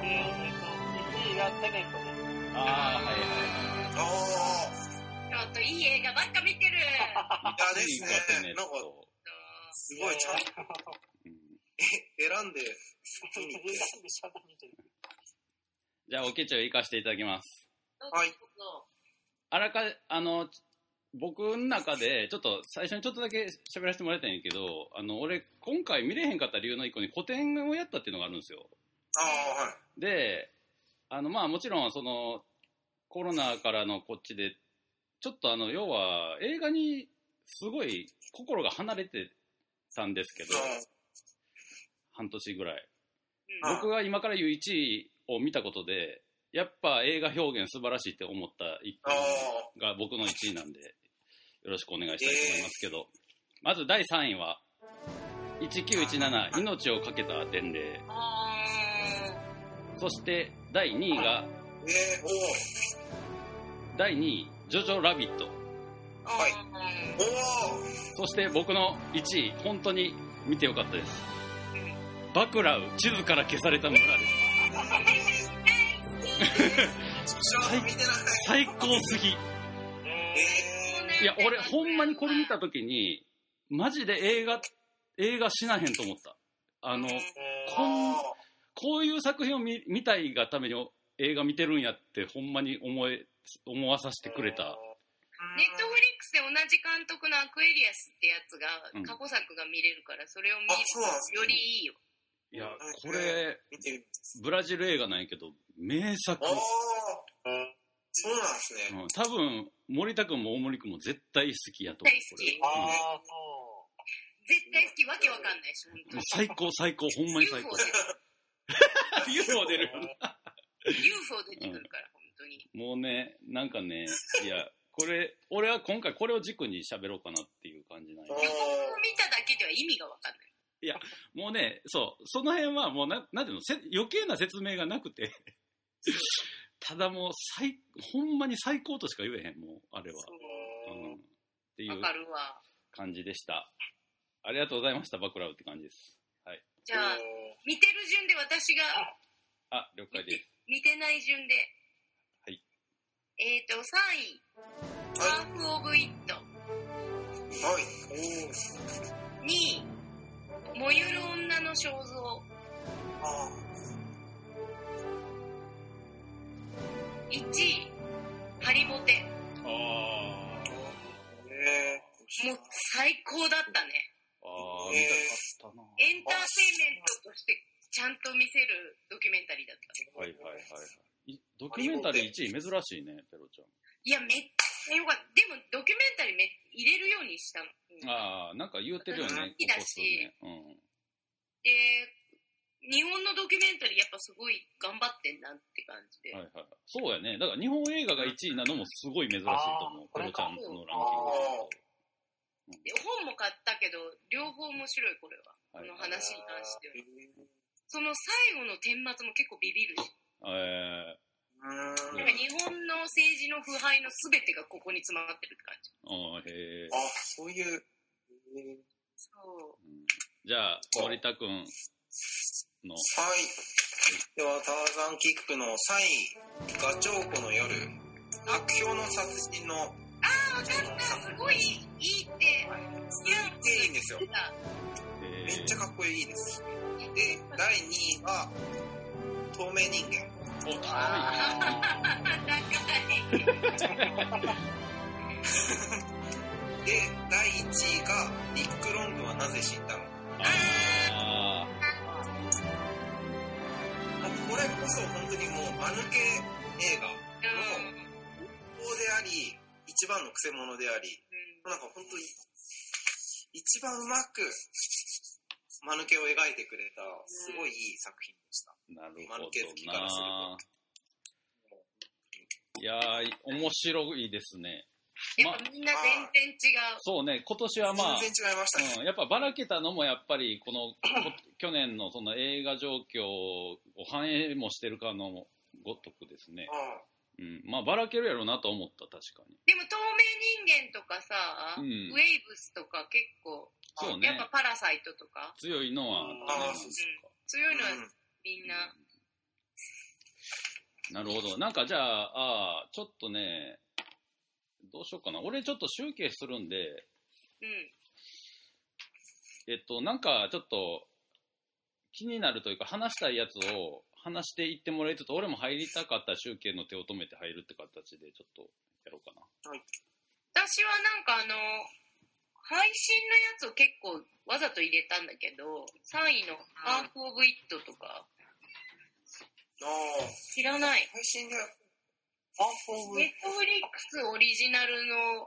Speaker 4: で、えっ、と、1位がテネットです。
Speaker 1: あ
Speaker 2: おー、
Speaker 3: ちょっといい映画ばっか見てる。
Speaker 1: あ、はいはい。
Speaker 2: ですね
Speaker 1: なんか、
Speaker 2: すごい、ちゃんと
Speaker 1: うん
Speaker 2: 選んで、
Speaker 4: 選んでちゃんと見てる。
Speaker 1: じゃあ、おけちを生かしていただきます。
Speaker 2: はい
Speaker 3: どうぞ
Speaker 1: あらか、あの、僕の中で、ちょっと、最初にちょっとだけ喋らせてもらいたいんやけど、あの、俺、今回見れへんかった理由の一個に古典をやったっていうのがあるんですよ。
Speaker 2: ああ、はい。
Speaker 1: で、あの、まあ、もちろん、その、コロナからのこっちで、ちょっとあの、要は、映画に、すごい、心が離れてたんですけど、半年ぐらい。
Speaker 3: どうぞ。うん
Speaker 1: 僕が今から言う1位を見たことで、やっぱ映画表現素晴らしいって思った一
Speaker 2: ああ、あ
Speaker 1: 本が僕の1位なんで、よろしくお願いしたいと思いますけど、まず第3位は、1917命をかけた伝令。
Speaker 3: あ
Speaker 1: そして第2位が、
Speaker 2: あ、えー、
Speaker 1: 第2位、ジョジョラビット。
Speaker 3: ー
Speaker 2: はい
Speaker 3: うん
Speaker 2: おー、おー、
Speaker 1: そして僕の1位、本当に見てよかったです。バクラウ、地図から消された村です。
Speaker 2: ちょっと見てない。
Speaker 1: 最高すぎ。いや、俺、ほんまにこれ見たときに、マジで映画、映画しなへんと思った。あの、
Speaker 4: え
Speaker 1: こんこういう作品を見見たいがために映画見てるんやって、ほんまに思え、思わさせてくれた。
Speaker 3: ネットフリックスで同じ監督のアクエリアスってやつが
Speaker 1: うん
Speaker 3: 過去作が見れるからそれを見る
Speaker 2: あそうなんです
Speaker 3: とよりいいよ。
Speaker 1: いや、これ、
Speaker 2: 見てみます。
Speaker 1: ブラジル映画なんやけど、名作
Speaker 2: お。ー、そうなんですね。
Speaker 1: うん、多分、森田君も大森君も絶対好きやと思う。これ
Speaker 3: 大
Speaker 4: ああ、そ
Speaker 3: 絶対好きわけわかんないし、本当
Speaker 1: もう
Speaker 3: に。
Speaker 1: 最高、最高、ほんまに最高。
Speaker 3: UFO で
Speaker 1: UFO
Speaker 4: う。
Speaker 1: 出る。
Speaker 3: UFO 出てくるから、本当に。
Speaker 1: もうね、なんかね、いや、これ、俺は今回これを軸に喋ろうかなっていう感じなんや
Speaker 2: おー
Speaker 3: 予告を見ただけでは意味がわかんない。
Speaker 1: もうね、そう、その辺はもうな、なんていうの、せ余計な説明がなくて、ただもう最、ほんまに最高としか言えへん、もう、あれは。うん、っていう
Speaker 3: わかるわ。
Speaker 1: 感じでした。ありがとうございました、バクラウって感じです。はい。
Speaker 3: じゃあ、見てる順で私が
Speaker 1: あ、了解です。
Speaker 3: 見てない順で。
Speaker 1: はい。
Speaker 3: えっ、ー、と、3位、ハーフ・オブ・イット。
Speaker 2: はい。おー
Speaker 3: 2位、燃ゆる女の肖像。
Speaker 2: あ
Speaker 3: 1位、ハリボテ。
Speaker 1: あ
Speaker 2: ーね
Speaker 3: もう最高だったね。
Speaker 1: あー、見たかったな。
Speaker 3: エンターテインメントとしてちゃんと見せるドキュメンタリーだった。
Speaker 1: はいはいはいはい。いドキュメンタリー1位珍しいね、ペロち
Speaker 3: いや、めっちゃよかった。でも、ドキュメンタリーめ入れるようにしたの。
Speaker 1: ゃん。ああ、なんか言うてるよね、こ
Speaker 3: うん
Speaker 1: こ数年。うん。
Speaker 3: で、日本のドキュメンタリーやっぱすごい頑張ってんなって感じで。
Speaker 1: はいはい。そうやね。だから日本映画が1位なのもすごい珍しいと思う。
Speaker 4: あー
Speaker 1: ペロちゃんのランキング
Speaker 2: あー
Speaker 3: で本も買ったけど、両方面白い、これ
Speaker 1: は
Speaker 3: は。こ
Speaker 1: い
Speaker 3: の話に関しては。
Speaker 2: え
Speaker 3: その最後の顛末も結構ビビるし。
Speaker 1: え
Speaker 2: ーう
Speaker 3: なん
Speaker 2: ん
Speaker 3: か日本の政治の腐敗の全てがここに詰まってるって感じ。
Speaker 1: ー、あーへえ
Speaker 2: あ。、そういう。えー
Speaker 3: そう。
Speaker 1: うんじゃあ、森田くんの、
Speaker 2: はい。では、ターザンキックの3位、ガチョウコの夜、白氷の殺人の、
Speaker 3: あ、わかったすごいいいって。
Speaker 2: いいんですよ
Speaker 3: 言って。た
Speaker 1: えー
Speaker 2: めっちゃかっこいいです。で、第2位が、透明人間。
Speaker 1: お、はい。
Speaker 3: あ、高い。
Speaker 2: で、第1位が、ニック・ロングはなぜ死んだの
Speaker 1: あー
Speaker 2: もうこれこそ本当にもう、間抜け映画。
Speaker 3: うん。
Speaker 2: 王であり、一番の癖者であり、なんか本当に、一番うまく、間抜けを描いてくれた、すごいいい作品でした。
Speaker 1: なる
Speaker 2: マルケ好き
Speaker 1: ほど
Speaker 2: からする
Speaker 1: な。いやー、面白いですね。
Speaker 3: やっぱみんな全然違う。
Speaker 1: そうね、今年はまあ、
Speaker 2: 全然違いましたね。
Speaker 1: うん、やっぱばらけたのもやっぱりこのこ去年のその映画状況を反映もしてるかのごとくですね、
Speaker 2: あ
Speaker 1: うん、まあばらけるやろうなと思った確かに
Speaker 3: でも透明人間とか
Speaker 1: うん
Speaker 3: さ、ウェイブスとか結構、
Speaker 1: そうね
Speaker 3: やっぱパラサイトとか、
Speaker 1: 強いのは
Speaker 2: ああ
Speaker 1: そう
Speaker 3: 強いのは
Speaker 2: うん
Speaker 3: みんな、
Speaker 1: なるほどなんかじゃあああちょっとねどうしようかな俺ちょっと集計するんで
Speaker 3: うん、
Speaker 1: えっとなんかちょっと気になるというか話したいやつを話していってもらいつつ俺も入りたかったら集計の手を止めて入るって形でちょっとやろうかな
Speaker 3: 私はなんかあの、配信のやつを結構わざと入れたんだけど、3位のハーフ・オブ・イットとか、
Speaker 2: ああ
Speaker 3: 知らない。
Speaker 2: 配信で、ハーフオブ、
Speaker 3: ネットフリックスオリジナルの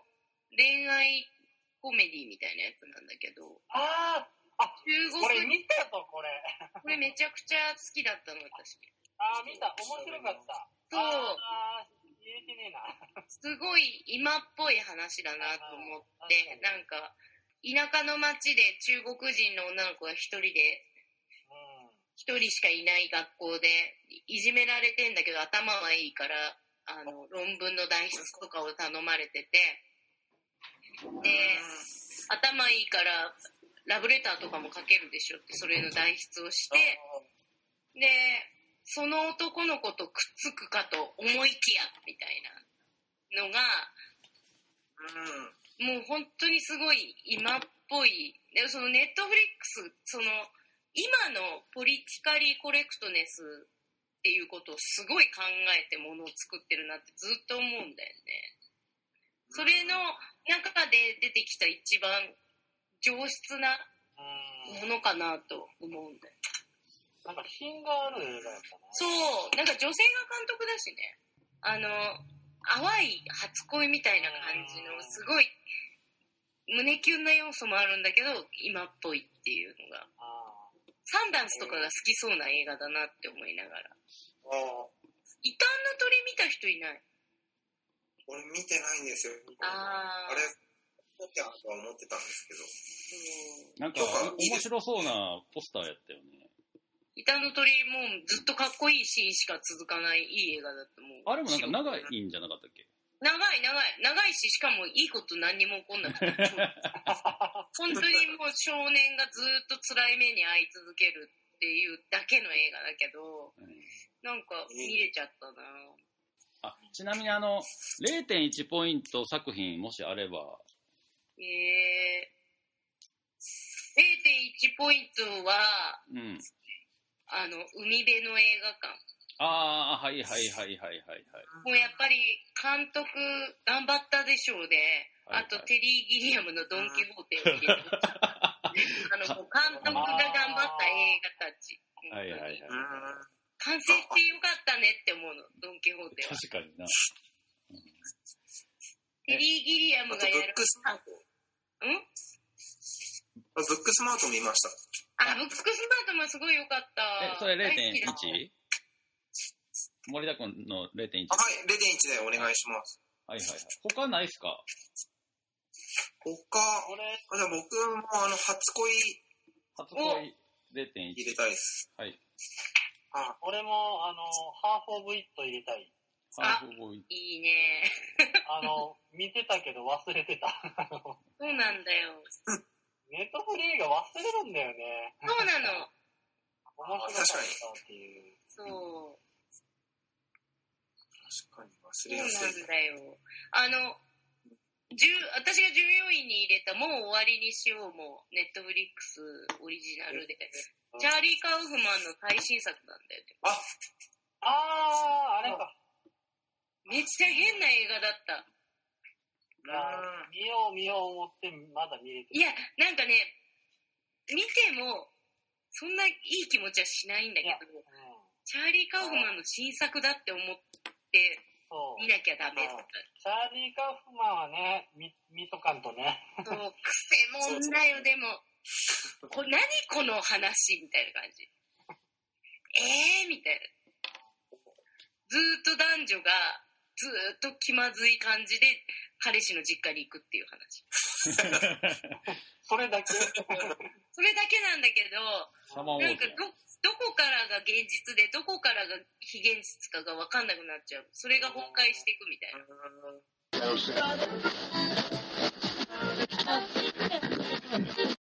Speaker 3: 恋愛コメディみたいなやつなんだけど、
Speaker 4: あー、
Speaker 3: 中
Speaker 4: これ
Speaker 3: 国、
Speaker 4: 見たぞ、これ。
Speaker 3: これめちゃくちゃ好きだったの、私。
Speaker 4: あー、見た。面白かった。
Speaker 3: そう
Speaker 4: あー、言えてねえな。
Speaker 3: すごい今っぽい話だなと思って、なんか、田舎の町で中国人の女の子が一人で、
Speaker 4: うん。
Speaker 3: 一人しかいない学校で、いじめられてんだけど頭はいいから、あの、論文の代筆とかを頼まれてて、で、頭いいから、ラブレターとかも書けるでしょって、それの代筆をして、で、その男の子とくっつくかと思いきや、みたいなのが、
Speaker 2: うん、
Speaker 3: もう本当にすごい今っぽい。で、そのネットフリックス、その、今のポリティカリーコレクトネスっていうことをすごい考えてものを作ってるなってずっと思うんだよね。それの中で出てきた一番上質な
Speaker 4: うん。
Speaker 3: ものかなと思うんだよ。
Speaker 4: なんか品がある映画やったね。
Speaker 3: そう、なんか女性が監督だしね。あの、淡い初恋みたいな感じの、すごい、胸キュンな要素もあるんだけど、今っぽいっていうのが。
Speaker 4: あ
Speaker 3: サンダンスとかが好きそうな映画だなって思いながら。
Speaker 2: ああ、
Speaker 3: 異端の鳥見た人いない。
Speaker 2: 俺見てないんですよ。あ
Speaker 3: あ
Speaker 2: れ、だってあとは思ってたんですけど。
Speaker 3: そう
Speaker 1: なんか、面白そうなポスターやったよね。
Speaker 3: 板の鳥もずっとかっこいいシーンしか続かないいい映画だったもん
Speaker 1: あれもなんか長いんじゃなかったっけ
Speaker 3: 長い長い長いししかもいいこと何にも起こんなくて本当にもう少年がずっと辛い目に遭い続けるっていうだけの映画だけど
Speaker 1: うん
Speaker 3: なんか見れちゃったな
Speaker 1: あ、ちなみにあの、0.1ポイント作品もしあれば、
Speaker 3: ええ0.1ポイントは
Speaker 1: うん。
Speaker 3: あの海辺の映画館
Speaker 1: ああ、はいはいはいはいはいはい。
Speaker 3: もうやっぱり監督頑張ったでしょうね。
Speaker 1: はいはい
Speaker 3: あとテリー・ギリアムのドン・キホーテを聞い てあの、もう監督が頑張った映画たち。
Speaker 1: はいはいはい。
Speaker 2: うん
Speaker 3: 完成してよかったねって思うの、ドン・キホーテは。
Speaker 1: 確かにな。
Speaker 3: テリー・ギリア
Speaker 2: あ
Speaker 3: ム
Speaker 2: と
Speaker 3: が
Speaker 2: ブ
Speaker 3: や
Speaker 2: ッ
Speaker 3: る。
Speaker 2: クスマート。
Speaker 3: ん
Speaker 2: あブックスマート見ました。
Speaker 3: あ、ブックスマートもすごいよかっ
Speaker 1: え、。
Speaker 3: た
Speaker 1: それ
Speaker 3: 大好きだ
Speaker 1: 0.1? 森田君の0.1。
Speaker 2: あはい、0.1でお願いします。
Speaker 1: はいはいはい。他ないっすか
Speaker 2: 他、
Speaker 4: これ、
Speaker 2: あじゃあ僕もあの、初恋
Speaker 1: 初恋0.1。
Speaker 2: 入れたいです。
Speaker 1: はい。
Speaker 2: あ
Speaker 4: 俺も、あの、ハーフオブイット入れたい。
Speaker 1: ハーフボーイ。
Speaker 3: いいね。
Speaker 4: あの、見てたけど忘れてた。あの
Speaker 3: そうなんだよ。
Speaker 4: ネットフリーが忘れるんだよね。
Speaker 3: そうなの。
Speaker 4: 面白かったっていう。
Speaker 3: そう。
Speaker 2: 確かに忘
Speaker 3: そう
Speaker 2: れ
Speaker 3: な
Speaker 2: やすい。
Speaker 3: んだよ。あの、じゅ私が14位に入れた「もう終わりにしよう」もネットフリックスオリジナルで
Speaker 4: うん
Speaker 3: チャーリー・カウフマンの最新作なんだよね
Speaker 4: あー、あれか。
Speaker 3: めっちゃ変な映画だった
Speaker 4: あー見よう見よう思ってまだ見れて
Speaker 3: い
Speaker 4: な
Speaker 3: や
Speaker 4: い。
Speaker 3: なんかね見てもそんないい気持ちはしないんだけど
Speaker 4: うん
Speaker 3: チャーリー・カウフマンの新作だって思って
Speaker 4: そう
Speaker 3: 見。なきゃダメだっ
Speaker 4: チャーリー・カフマンはね、み、みとかんとね。
Speaker 3: たそうクセもんだよでもこ何この話みたいな感じえー、みたいなずーっと男女がずーっと気まずい感じで彼氏の実家に行くっていう話
Speaker 4: それだけ。
Speaker 3: それだけなんだけど
Speaker 1: サマーウォ
Speaker 3: なん
Speaker 1: ー
Speaker 3: か
Speaker 1: ズ。
Speaker 3: どどこからが現実でどこからが非現実かが分かんなくなっちゃうそれが崩壊していくみたいな
Speaker 2: うん